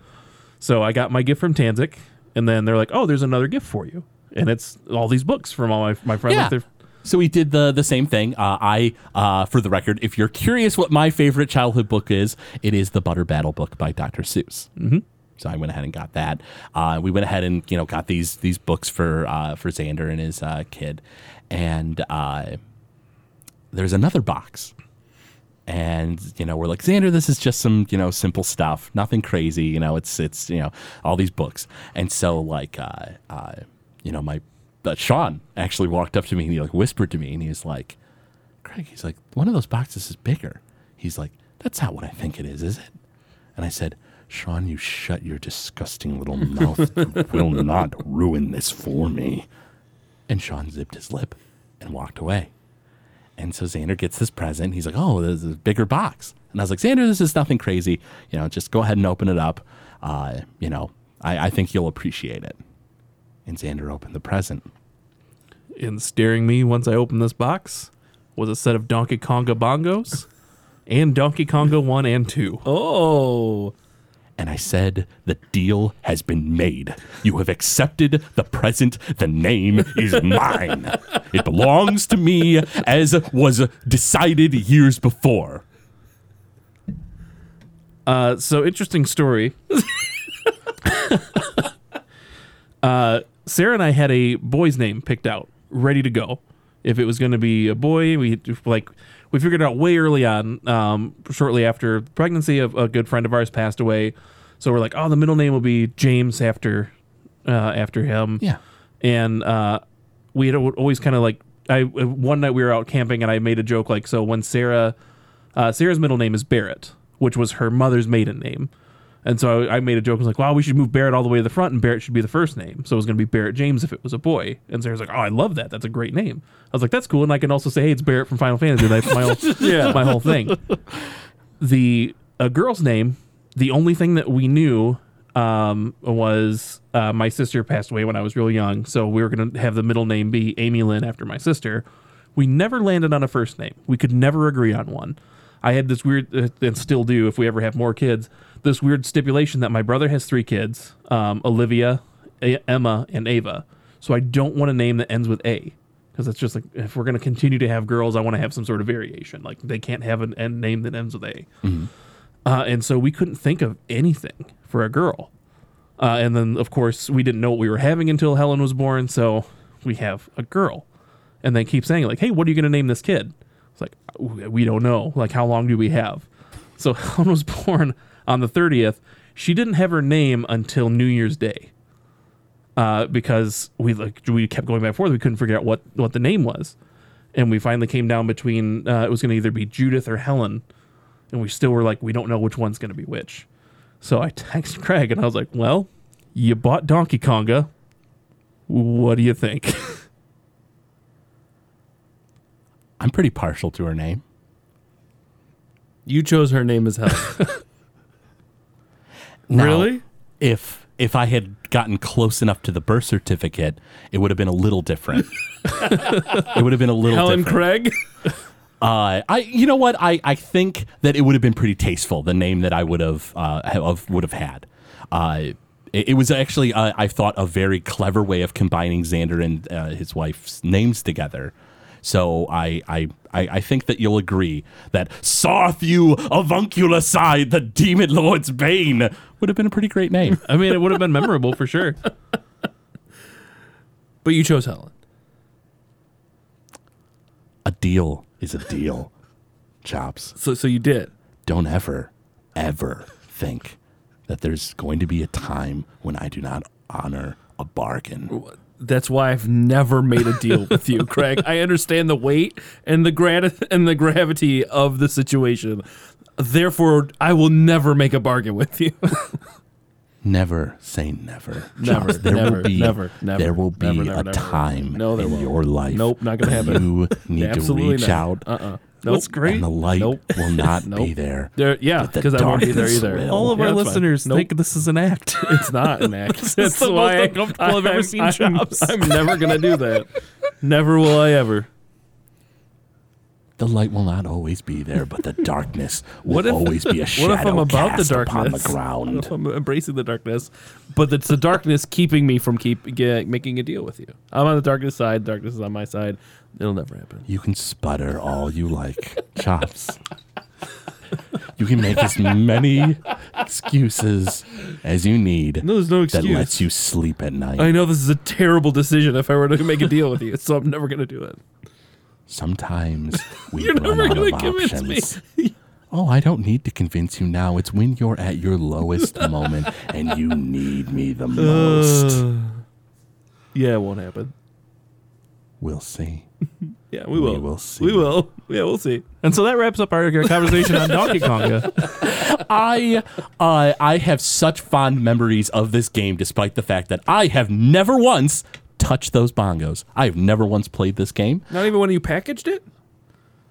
So I got my gift from Tanzik, and then they're like, oh, there's another gift for you, and it's all these books from all my my friends.
Yeah.
Like they're-
So we did the the same thing. Uh, I, uh, for the record, if you're curious what my favorite childhood book is, it is the Butter Battle book by Dr. Seuss. Mm-hmm. So I went ahead and got that. Uh, we went ahead and you know got these these books for uh, for Xander and his uh, kid, and uh, there's another box and you know we're like xander this is just some you know simple stuff nothing crazy you know it's it's you know all these books and so like uh, uh you know my uh, sean actually walked up to me and he like whispered to me and he's like craig he's like one of those boxes is bigger he's like that's not what i think it is is it and i said sean you shut your disgusting little mouth you will not ruin this for me and sean zipped his lip and walked away and so Xander gets this present. He's like, oh, this is a bigger box. And I was like, Xander, this is nothing crazy. You know, just go ahead and open it up. Uh, you know, I, I think you'll appreciate it. And Xander opened the present.
and staring me once I opened this box was a set of Donkey Konga bongos, and Donkey Konga one and two.
oh.
And I said, the deal has been made. You have accepted the present. The name is mine. It belongs to me as was decided years before.
Uh, so interesting story. uh, Uh, Sarah and I had a boy's name picked out, ready to go. If it was going to be a boy, we like we figured out way early on, um, shortly after pregnancy, of a good friend of ours passed away. So we're like, oh, the middle name will be James after uh, after him
Yeah.
and uh, we had al- always kind of like I uh, one night we were out camping and I made a joke like so when Sarah uh, Sarah's middle name is Barrett, which was her mother's maiden name, And so I, I made a joke. I was like, "Wow, we should move Barrett all the way to the front, and Barrett should be the first name." So it was going to be Barrett James if it was a boy. And Sarah's like, "Oh, I love that. That's a great name." I was like, "That's cool." And I can also say, "Hey, it's Barrett from Final Fantasy." That's my whole, my whole thing. The a girl's name. The only thing that we knew um, was uh, my sister passed away when I was real young, so we were going to have the middle name be Amy Lynn after my sister. We never landed on a first name. We could never agree on one. I had this weird, uh, and still do if we ever have more kids, this weird stipulation that my brother has three kids um, Olivia, A- Emma, and Ava. So I don't want a name that ends with A. Because it's just like, if we're going to continue to have girls, I want to have some sort of variation. Like, they can't have an, a name that ends with A. Uh, and so we couldn't think of anything for a girl. Uh, and then, of course, we didn't know what we were having until Helen was born. So we have a girl. And they keep saying, like, hey, what are you going to name this kid? It's like, "We- we don't know. Like, how long do we have? So Helen was born on the 30th. She didn't have her name until New Year's Day uh, because we like we kept going back and forth. We couldn't figure out what, what the name was. And we finally came down between uh, it was going to either be Judith or Helen and we still were like, we don't know which one's going to be which. So I texted Craig and I was like, well, you bought Donkey Konga. What do you think?
I'm pretty partial to her name.
You chose her name as hell.
Now,
Really?
If if I had gotten close enough to the birth certificate, it would have been a little different. it would have been a little
Helen
different.
Craig?
Uh, I you know what I, I think that it would have been pretty tasteful the name that I would have uh, have would have had. Uh, it, it was actually uh, I thought a very clever way of combining Xander and uh, his wife's names together. So I, I I I think that you'll agree that Sarth you avuncular side the demon lord's bane would have been a pretty great name.
I mean, it would have been memorable for sure.
But you chose Helen.
a deal is a deal. Chops.
So, so you did.
don't ever, ever think that there's going to be a time when I do not honor a bargain.
That's why I've never made a deal with you, Craig. I understand the weight and the grat- and the gravity of the situation. Therefore, I will never make a bargain with you.
Never say never.
Never,
Chops. there
never,
will be,
never, never,
There will be
never, never,
a
never.
time
No, there
in
won't.
your life.
Nope, not gonna
that
happen.
You need to
Absolutely
reach
not.
out,
Uh uh
What's great?
and the light
Nope.
will not be
Nope.
there.
There, yeah,
But the
because I won't be there
darkness
either.
will.
All of
Yeah,
our
that's fine.
listeners
Nope.
think this is an act.
It's not an act. That's
the most
why
uncomfortable I've ever
I'm-
seen
I'm-
Chops.
I'm never gonna do that. Never will I ever.
The light will not always be there, but the darkness will
What if-
always be a shadow
What if I'm about the
cast upon the
darkness? What
ground.
if I'm embracing the darkness, but it's the darkness keeping me from keep get, making a deal with you. I'm on the darkness side. Darkness is on my side. It'll never happen.
You can sputter all you like, chops. You can make as many excuses as you need
No, there's no
that
excuse.
lets you sleep at night.
I know this is a terrible decision if I were to make a deal with you, so I'm never gonna do it.
Sometimes we
You're
run
never
out
gonna
of
convince me.
options. Oh, I don't need to convince you now. It's when you're at your lowest moment and you need me the most.
Yeah, it won't happen.
we'll see.
Yeah, we will.
will see.
We will. Yeah, we'll see.
and so that wraps up our conversation on Donkey Konga.
I uh, I have such fond memories of this game, despite the fact that I have never once touched those bongos. I have never once played this game.
Not even when you packaged it.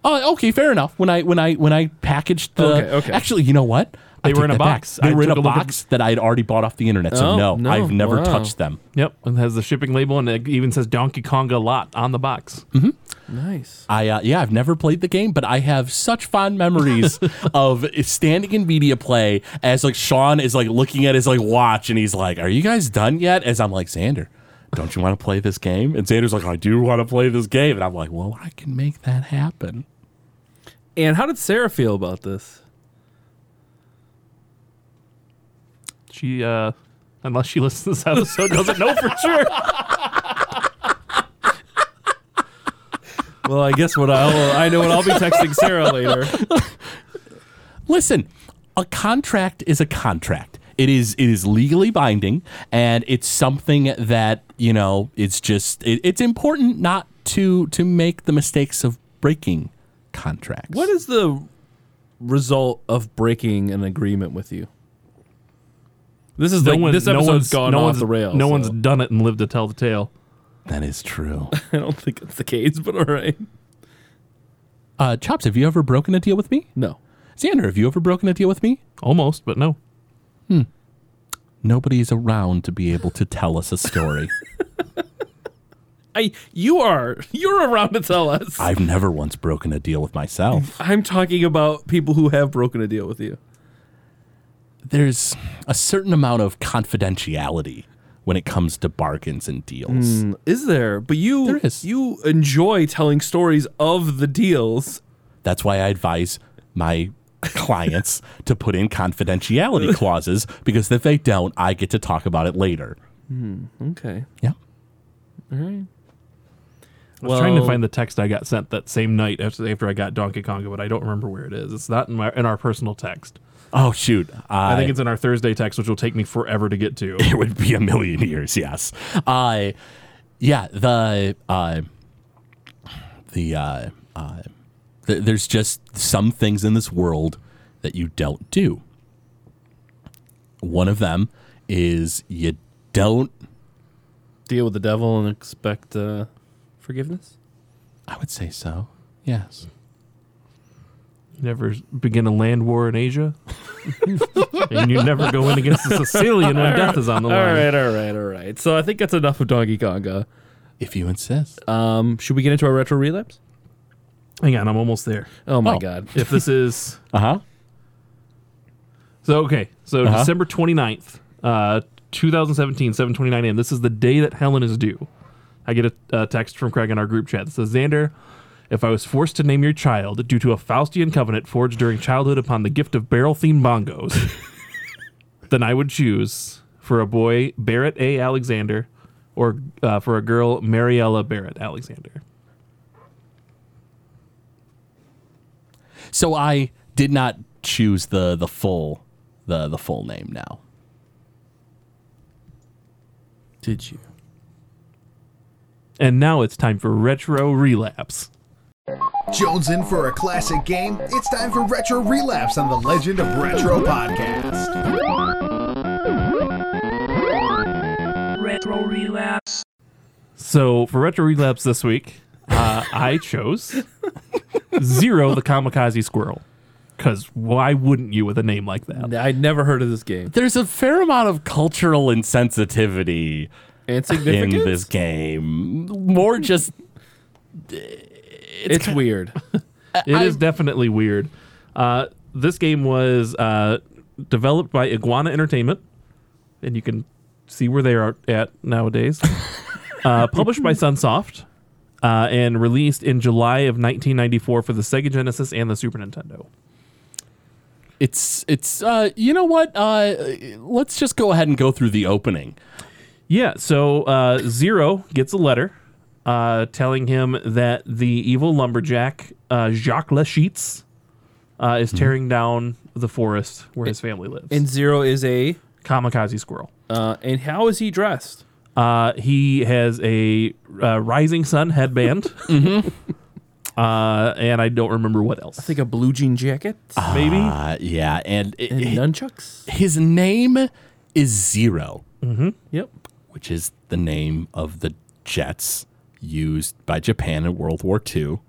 Oh, okay, fair enough. When I when I when I packaged the
Okay, okay.
actually, you know what?
They
I
were
take
in a
that back.
box.
They
I
were in
took a
a
look at-
box that I had already bought off the internet. So
Oh,
no,
no.
I've never
Wow.
touched them.
Yep, and has the shipping label, and it even says Donkey Konga lot on the box.
Nice.
I uh, yeah, I've never played the game, but I have such fond memories of standing in media play as like Sean is like looking at his like watch and he's like, "Are you guys done yet?" As I'm like, "Xander, don't you want to play this game?" And Xander's like, "I do want to play this game," and I'm like, "Well, I can make that happen."
And how did Sarah feel about this?
She, uh, unless she listens to this episode, doesn't know for sure.
Well, I guess what I'll I know what I'll be texting Sarah later.
Listen, a contract is a contract. It is it is legally binding, and it's something that you know. It's just it, it's important not to to make the mistakes of breaking contracts.
What is the result of breaking an agreement with you? This is like this episode's gone off the rails.
No
so.
one's done it and lived to tell the tale.
That is true.
I don't think it's the case, but all right.
Uh, Chops, have you ever broken a deal with me?
No.
Xander, have you ever broken a deal with me?
Almost, but no.
Nobody's around to be able to tell us a story.
I you are you're around to tell us.
I've never once broken a deal with myself.
I'm talking about people who have broken a deal with you.
There's a certain amount of confidentiality when it comes to bargains and deals.
Mm, Is there? But you
There is.
you enjoy telling stories of the deals.
That's why I advise my clients to put in confidentiality clauses because if they don't, I get to talk about it later.
Okay.
Yeah.
I was trying to
Well-
find the text I got sent that same night after, after I got Donkey Konga, but I don't remember where it is. It's not in, my, in our personal text.
Oh shoot! I,
I think it's in our Thursday text, which will take me forever to get to.
it would be a million years. Yes. Uh, yeah. The uh, the uh, uh, th- there's just some things in this world that you don't do. One of them is you don't.
Deal with the devil and expect uh, forgiveness.
I would say so. Yes.
never begin a land war in Asia, and you never go in against a Sicilian when death is on the
All
line.
right, all right, all right. So I think that's enough of Donkey Konga.
If you insist.
Um, should we get into our retro relapse?
Hang on, I'm almost there.
Oh my
Oh.
god.
If this is
Uh huh.
so, okay. So
Uh-huh.
December 29th, uh, 2017, 7:29 a.m. This is the day that Helen is due. I get a, a text from Craig in our group chat that says, "Xander, if I was forced to name your child due to a Faustian covenant forged during childhood upon the gift of barrel-themed bongos, then I would choose for a boy Barrett A. Alexander, or uh, for a girl Mariella Barrett Alexander."
So I did not choose the the full the the full name now.
Did you?
And now it's time for retro relapse.
Jones in for a classic game? It's time for Retro Relapse on the Legend of Retro podcast.
So for retro relapse this week, uh, I chose Zero the Kamikaze Squirrel. Because why wouldn't you with a name like that?
I'd never heard of this game.
There's a fair amount of cultural insensitivity
And
in
significance?
this game. More just
it's weird.
It is definitely weird. Uh, this game was uh, developed by Iguana Entertainment, and you can see where they are at nowadays. uh, published by Sunsoft, uh, and released in July of 1994 for the Sega Genesis and the Super Nintendo.
it's it's uh you know what? Uh let's just go ahead and go through the opening.
Yeah, so uh, Zero gets a letter uh, telling him that the evil lumberjack, uh, Jacques Lachitz, uh, is tearing down the forest where his family lives.
And Zero is a.
Kamikaze squirrel.
Uh, and how is he dressed?
Uh, he has a uh, rising sun headband. Uh, and I don't remember what else.
Like a blue jean jacket?
Maybe.
Uh yeah, and, it,
and nunchucks?
his name is Zero,
Yep.
which is the name of the jets used by Japan in World War II.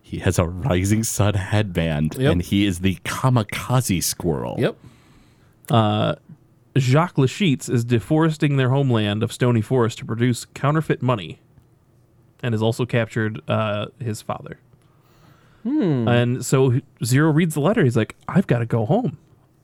He has a rising sun headband,
Mm-hmm. Yep.
and he is the kamikaze squirrel.
Yep.
Jacques Lachitz is deforesting their homeland of Stony Forest to produce counterfeit money and has also captured uh, his father. And so Zero reads the letter. He's like, I've got to go home.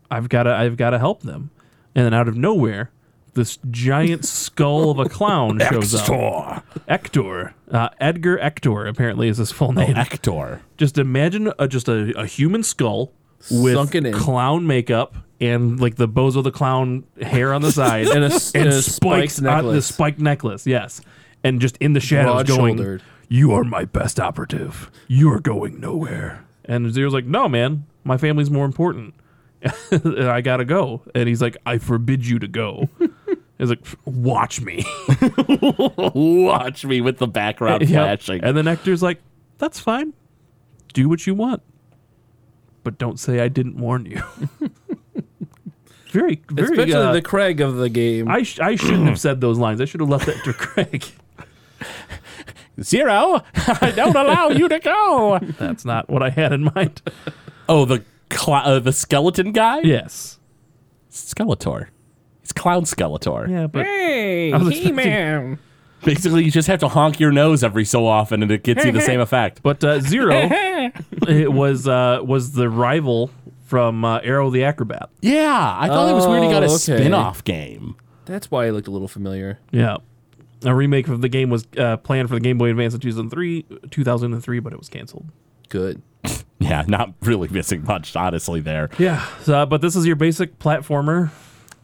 I've got to I've got to help them. And then out of nowhere, this giant skull of a clown shows up.
Store.
Ector. Uh, Edgar Ector apparently is his full name.
Oh, Ector.
just imagine a, just a, a human skull with
Sunken in.
clown makeup and like the bozo the clown hair on the side
And a s- and a spikes
on the
necklace.
spiked necklace yes and just in the shadows going
Broad-shouldered.
you are my best operative you're going nowhere and zero's like no man my family's more important and i gotta go and he's like i forbid you to go he's like watch me
Watch me with the background
Yep.
flashing.
And then Hector's like, that's fine. Do what you want. But don't say I didn't warn you. very, very.
Especially
uh,
the Craig of the game.
I, sh- I shouldn't have said those lines. I should have left that to Craig.
Zero, I don't allow you to go.
That's not what I had in mind.
Oh, the cl- uh, the skeleton guy.
Yes.
Skeletor. It's clown Skeletor.
Yeah, but
Hey,
was expecting-
He-Man.
Basically, you just have to honk your nose every so often, and it gets you the same effect.
but uh, zero. it was uh, was the rival from uh, Arrow the Acrobat.
Yeah, I thought it was weird. He got a
Oh, okay.
spin-off game.
That's why he looked a little familiar.
Yeah. A remake of the game was uh, planned for the Game Boy Advance in 2003, 2003, but it was canceled.
Good.
Yeah, not really missing much, honestly. There,
Yeah. So, uh, but this is your basic platformer.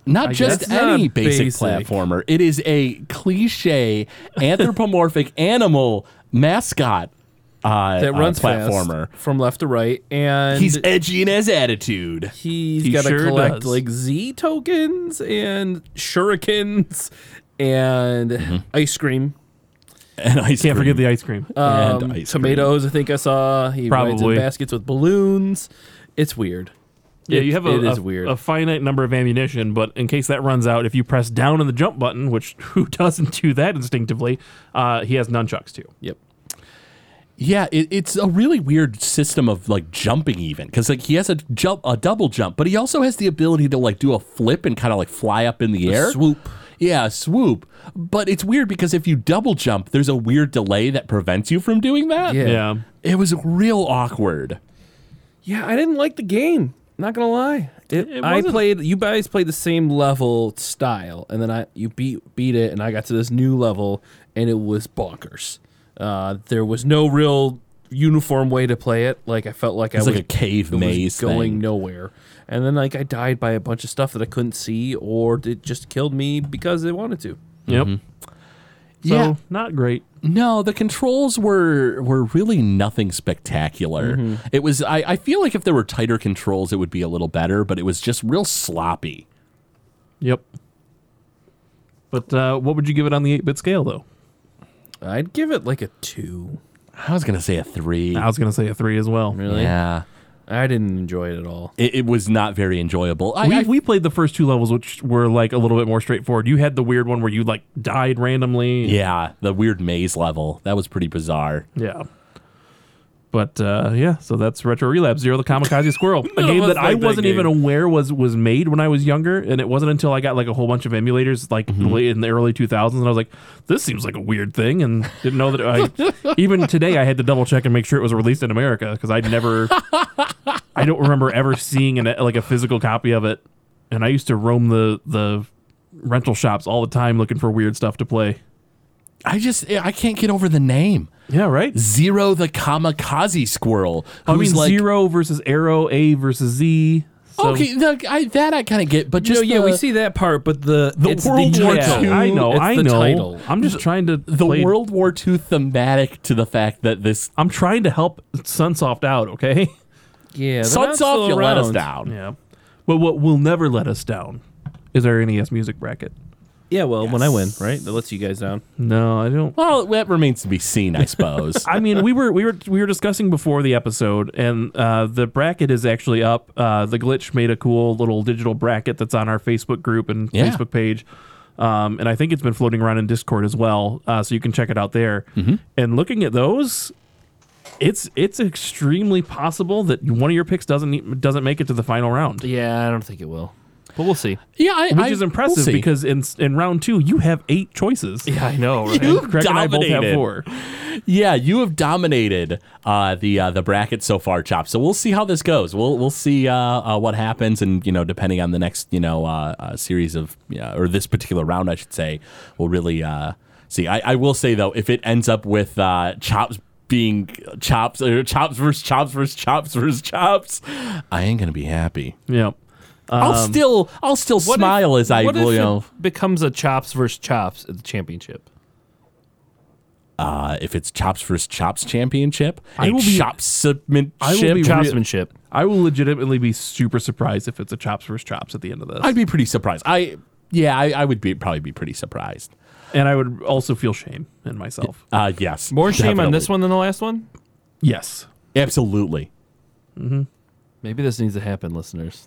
not just
guess. That's
any
not
basic,
basic.
platformer. It is a cliche anthropomorphic animal mascot uh,
That
uh,
runs fast
platformer.
from left to right, and
He's edgy in his attitude.
he's
He
got to
sure
collect
does.
like Z tokens and shurikens and
Mm-hmm.
ice cream
And I
Can't forget the ice cream. Uh,
And
um,
ice
tomatoes. I think I saw. He rides in
Probably.
baskets with balloons. It's weird.
yeah,
it-
you have a,
it is
a-
weird.
a finite number of ammunition, but in case that runs out, if you press down on the jump button, which who doesn't do that instinctively, uh, he has nunchucks too.
Yep.
Yeah, it, it's a really weird system of like jumping, even because like he has a jump, a double jump, but he also has the ability to like do a flip and kind of like fly up in the air,
swoop.
Yeah, a swoop. But it's weird because if you double jump, there's a weird delay that prevents you from doing that.
Yeah.
Yeah.
It was real awkward.
Yeah, I didn't like the game. Not gonna lie. It,
It
I
wasn't-
played. You guys played the same level style, and then I you beat beat it, and I got to this new level, and it was bonkers. Uh, there was no real uniform way to play it. Like I felt like I
It's
was
like a cave
it was
maze
going
thing.
nowhere. And then like I died by a bunch of stuff that I couldn't see, or it just killed me because they wanted to.
Yep.
Mm-hmm.
So,
Yeah.
not great.
No, the controls were were really nothing spectacular.
Mm-hmm.
It was I, I feel like if there were tighter controls it would be a little better, but it was just real sloppy.
Yep. But uh, what would you give it on the 8 bit scale, though?
I'd give it like a two.
I was gonna say a three.
I was going to say a 3 as well.
Really,
Yeah.
I didn't enjoy it at all.
It, it was not very enjoyable. I,
We,
I-
we played the first two levels, which were like a little bit more straightforward. You had the weird one where you like died randomly.
yeah, the weird maze level. That was pretty bizarre.
Yeah. But uh, yeah, so that's Retro Relapse Zero the Kamikaze Squirrel, a game
us
that I
like that
wasn't even aware was was made when I was younger, and it wasn't until I got like a whole bunch of emulators like late in the early 2000s, and I was like, this seems like a weird thing, and didn't know that I even today I had to double check and make sure it was released in America because I'd never, I don't remember ever seeing an like a physical copy of it, and I used to roam the the rental shops all the time looking for weird stuff to play.
I just I can't get over the name.
Yeah, right.
Zero the kamikaze squirrel.
I
who's
mean,
like,
zero versus arrow, A versus Z. So-
Okay, the, I, that I kind of get, but just
No, yeah,
the,
we see that part, but the
The
it's
World War
title.
II.
I know,
It's
I
the
know.
title.
I'm just trying to
the
play-
World War II thematic to the fact that this
I'm trying to help Sunsoft out. Okay.
Yeah, they're not
suns
still
off, you let us
around.
down.
Yeah. But what will never let us down is our NES music bracket.
Yeah, well, when I win, right? That lets you guys down.
No, I don't.
Well, that remains to be seen, I suppose.
I mean, we were we were we were discussing before the episode, and uh, the bracket is actually up. Uh, the glitch made a cool little digital bracket that's on our Facebook group and
Yeah.
Facebook page, um, and I think it's been floating around in Discord as well, uh, so you can check it out there.
Mm-hmm.
And looking at those, it's it's extremely possible that one of your picks doesn't doesn't make it to the final round,
Yeah, I don't think it will, but we'll see.
yeah, I,
which
I-
is
we'll
impressive
see.
because in in round two you have eight choices.
Yeah, I know, right?
You
Greg and I both have
dominated.
four.
yeah, you have dominated uh, the uh, the bracket so far, Chop. So we'll see how this goes. We'll we'll see uh, uh, what happens, and you know, depending on the next you know uh, uh, series of yeah, or this particular round, I should say, we'll really uh, see. I, I will say though, if it ends up with uh, Chops being Chops or Chops versus Chops versus Chops versus Chops, I ain't gonna be happy.
Yep. Um,
I'll still I'll still
What if-
smile as I
what if
you know
it becomes a chops versus chops at the championship.
uh, if it's Chops versus Chops championship,
I
a
will be-
chopsmanship.
I will be
Chopsmanship.
I will legitimately be super surprised if it's a chops versus chops at the end of this.
I'd be pretty surprised. I yeah, I, I would be probably be pretty surprised.
and I would also feel shame in myself.
Uh, yes,
More shame on this
definitely.
one than the last one.
Yes.
Absolutely. Oh,
Maybe this needs to happen, listeners.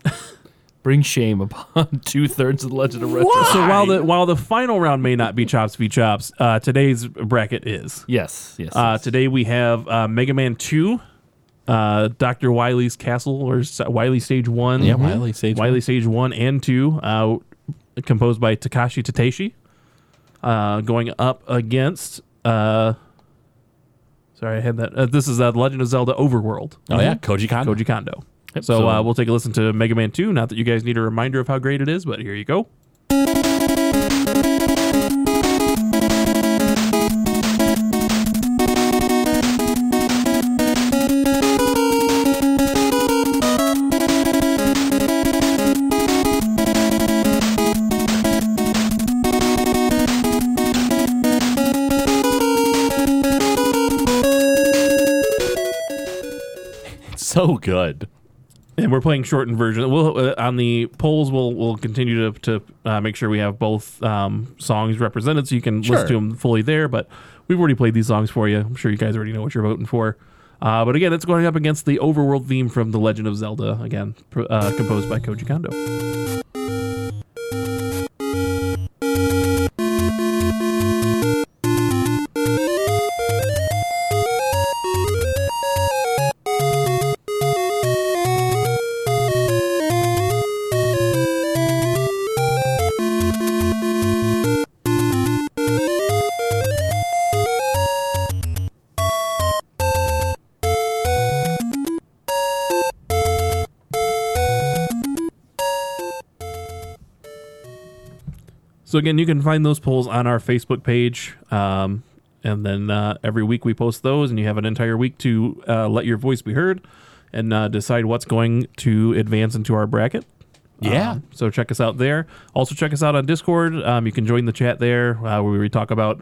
bring shame upon two thirds of the Legend of Retro.
So while the while the final round may not be chops v chops, uh, today's bracket is.
Yes, yes.
Uh,
yes.
today we have uh, Mega Man Two, uh, Doctor Wily's Castle or S- Wily Stage One.
Yeah, Wily Stage
Wily Stage One and Two, uh, composed by Takashi Tateshi. Uh, going up against. Uh, sorry, I had that. Uh, this is uh, Legend of Zelda Overworld.
Oh yeah, um, Koji Kondo.
Mm-hmm. Koji Kondo. so uh, we'll take a listen to Mega Man 2. Not that you guys need a reminder of how great it is, but here you go.
so good.
And we're playing shortened version. We'll uh, on the polls. We'll we'll continue to to uh, make sure we have both um, songs represented, so you can
Sure.
listen to them fully there. But we've already played these songs for you. I'm sure you guys already know what you're voting for. Uh, but again, it's going up against the overworld theme from The Legend of Zelda, again pr- uh, composed by Koji Kondo. So again, you can find those polls on our Facebook page, um, and then uh, every week we post those, and you have an entire week to uh, let your voice be heard and uh, decide what's going to advance into our bracket.
Yeah.
Um, so check us out there. Also check us out on Discord. Um, you can join the chat there uh, where we talk about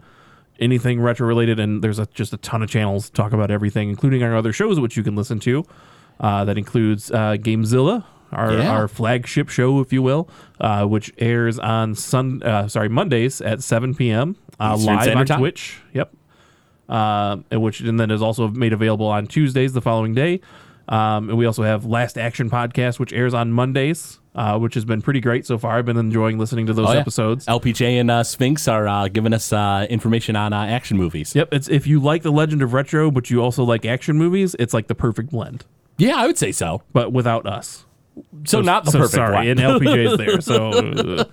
anything retro related, and there's a, just a ton of channels to talk about everything, including our other shows which you can listen to. Uh, that includes uh, Gamezilla, our
Yeah.
our flagship show, if you will, uh, which airs on Sun. Uh, sorry, Mondays at 7 p.m. Uh,
Eastern
live
Standard
on
Time?
Twitch. Yep. Um, and which and then is also made available on Tuesdays the following day. Um, and we also have Last Action Podcast, which airs on Mondays, uh, which has been pretty great so far. I've been enjoying listening to those
Oh, yeah.
episodes.
LPJ and uh, Sphinx are uh, giving us uh, information on uh, action movies.
Yep, it's if you like the Legend of Retro, but you also like action movies, it's like the perfect blend,
Yeah, I would say so.
but without us.
So, not the
so
perfect
sorry,
one.
and LPJ is there. So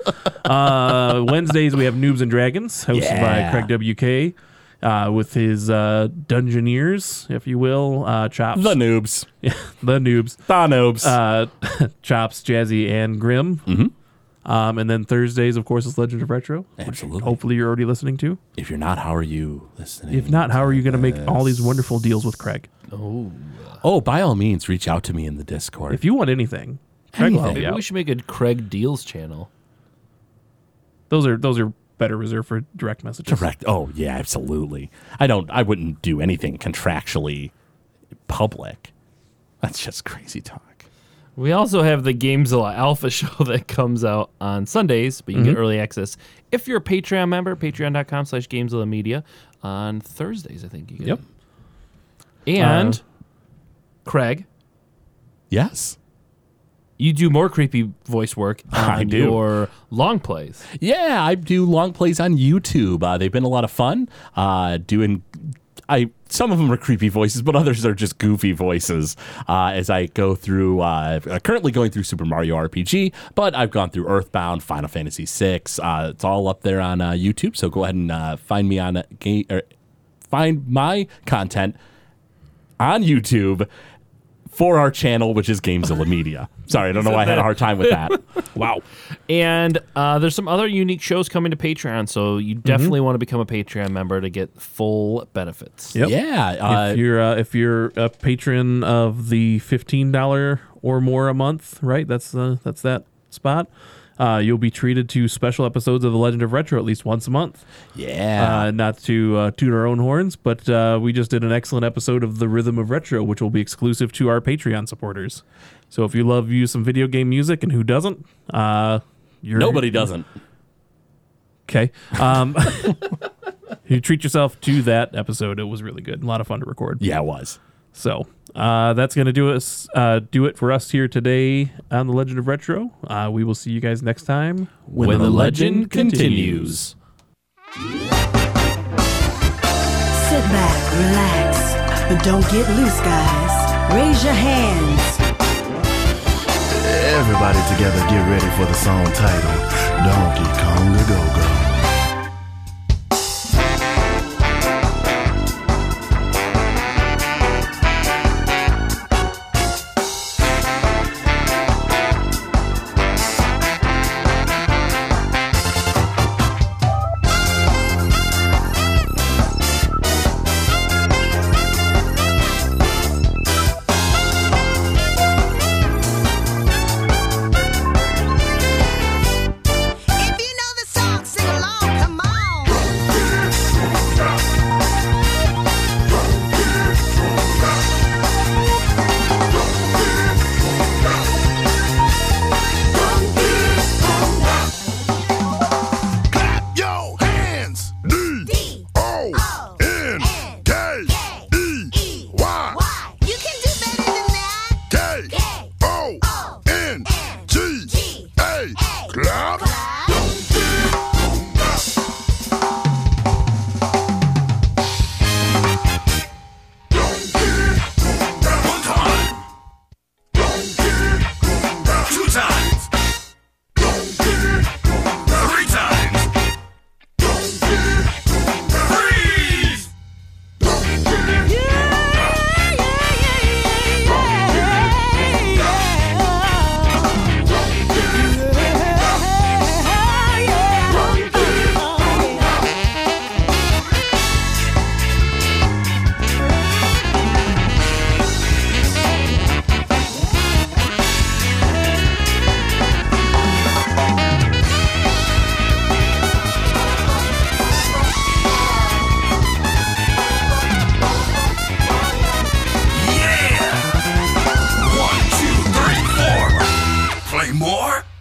uh, Wednesdays we have Noobs and Dragons, hosted
Yeah.
by Craig WK, uh, with his uh, Dungeoneers, if you will, uh, chops
the noobs.
the noobs,
The noobs.
uh, chops, Jazzy, and Grim. Um, and then Thursdays, of course, is Legend of Retro. which
Mm-hmm. Absolutely.
Hopefully, you're already listening to.
if you're not, how are you listening?
If not, how are you going to make all these wonderful deals with Craig?
oh, by all means, reach out to me in the Discord.
If you want anything, Craig will help
Anything.
you
Maybe we
out.
should make a Craig Deals channel.
Those are those are better reserved for direct messages.
Correct. Oh yeah, absolutely. I don't. I wouldn't do anything contractually public. That's just crazy talk.
We also have the Gamezilla Alpha show that comes out on Sundays, but you
Mm-hmm.
can get early access if you're a Patreon member, patreon.com slash Gamezilla Media on Thursdays, I think you get.
Yep.
it. And
Uh,
Craig,
Yes.
you do more creepy voice work on
I do.
your long plays.
Yeah, I do long plays on YouTube. Uh, they've been a lot of fun. Uh, doing, I some of them are creepy voices, but others are just goofy voices. Uh, as I go through, uh, uh, currently going through Super Mario RPG, but I've gone through Earthbound, Final Fantasy VI. Uh, it's all up there on uh, YouTube. So go ahead and uh, find me on uh, game, or find my content on YouTube. For our channel, which is Gamezilla Media. Sorry, I don't know why I had a hard time with that. wow.
And uh, there's some other unique shows coming to Patreon, so you
Mm-hmm.
definitely want to become a Patreon member to get full benefits.
Yep.
Yeah. Uh,
if you're uh, if you're a patron of the fifteen dollar or more a month, right? That's uh, that's that spot. Uh, you'll be treated to special episodes of The Legend of Retro at least once a month.
yeah.
Uh, not to uh, toot our own horns, but uh, we just did an excellent episode of The Rhythm of Retro, which will be exclusive to our Patreon supporters. So if you love you some video game music, and who doesn't? Uh, you're,
Nobody doesn't.
Okay. Um, you treat yourself to that episode. It was really good. A lot of fun to record.
Yeah, it was.
So uh, that's gonna do us uh, do it for us here today on the Legend of Retro. Uh, we will see you guys next time
When, the legend continues.
Sit back, relax, but don't get loose, guys. Raise your hands.
Everybody together, get ready for the song titled Donkey Kong Go Go.
If you know the song, sing along, come on.
Clap your hands. D O N K E Y
You can do better than that.
K O N G A. Clap. One time. Two times. Three times. Freeze! Yeah! One, two, three, four. Play more?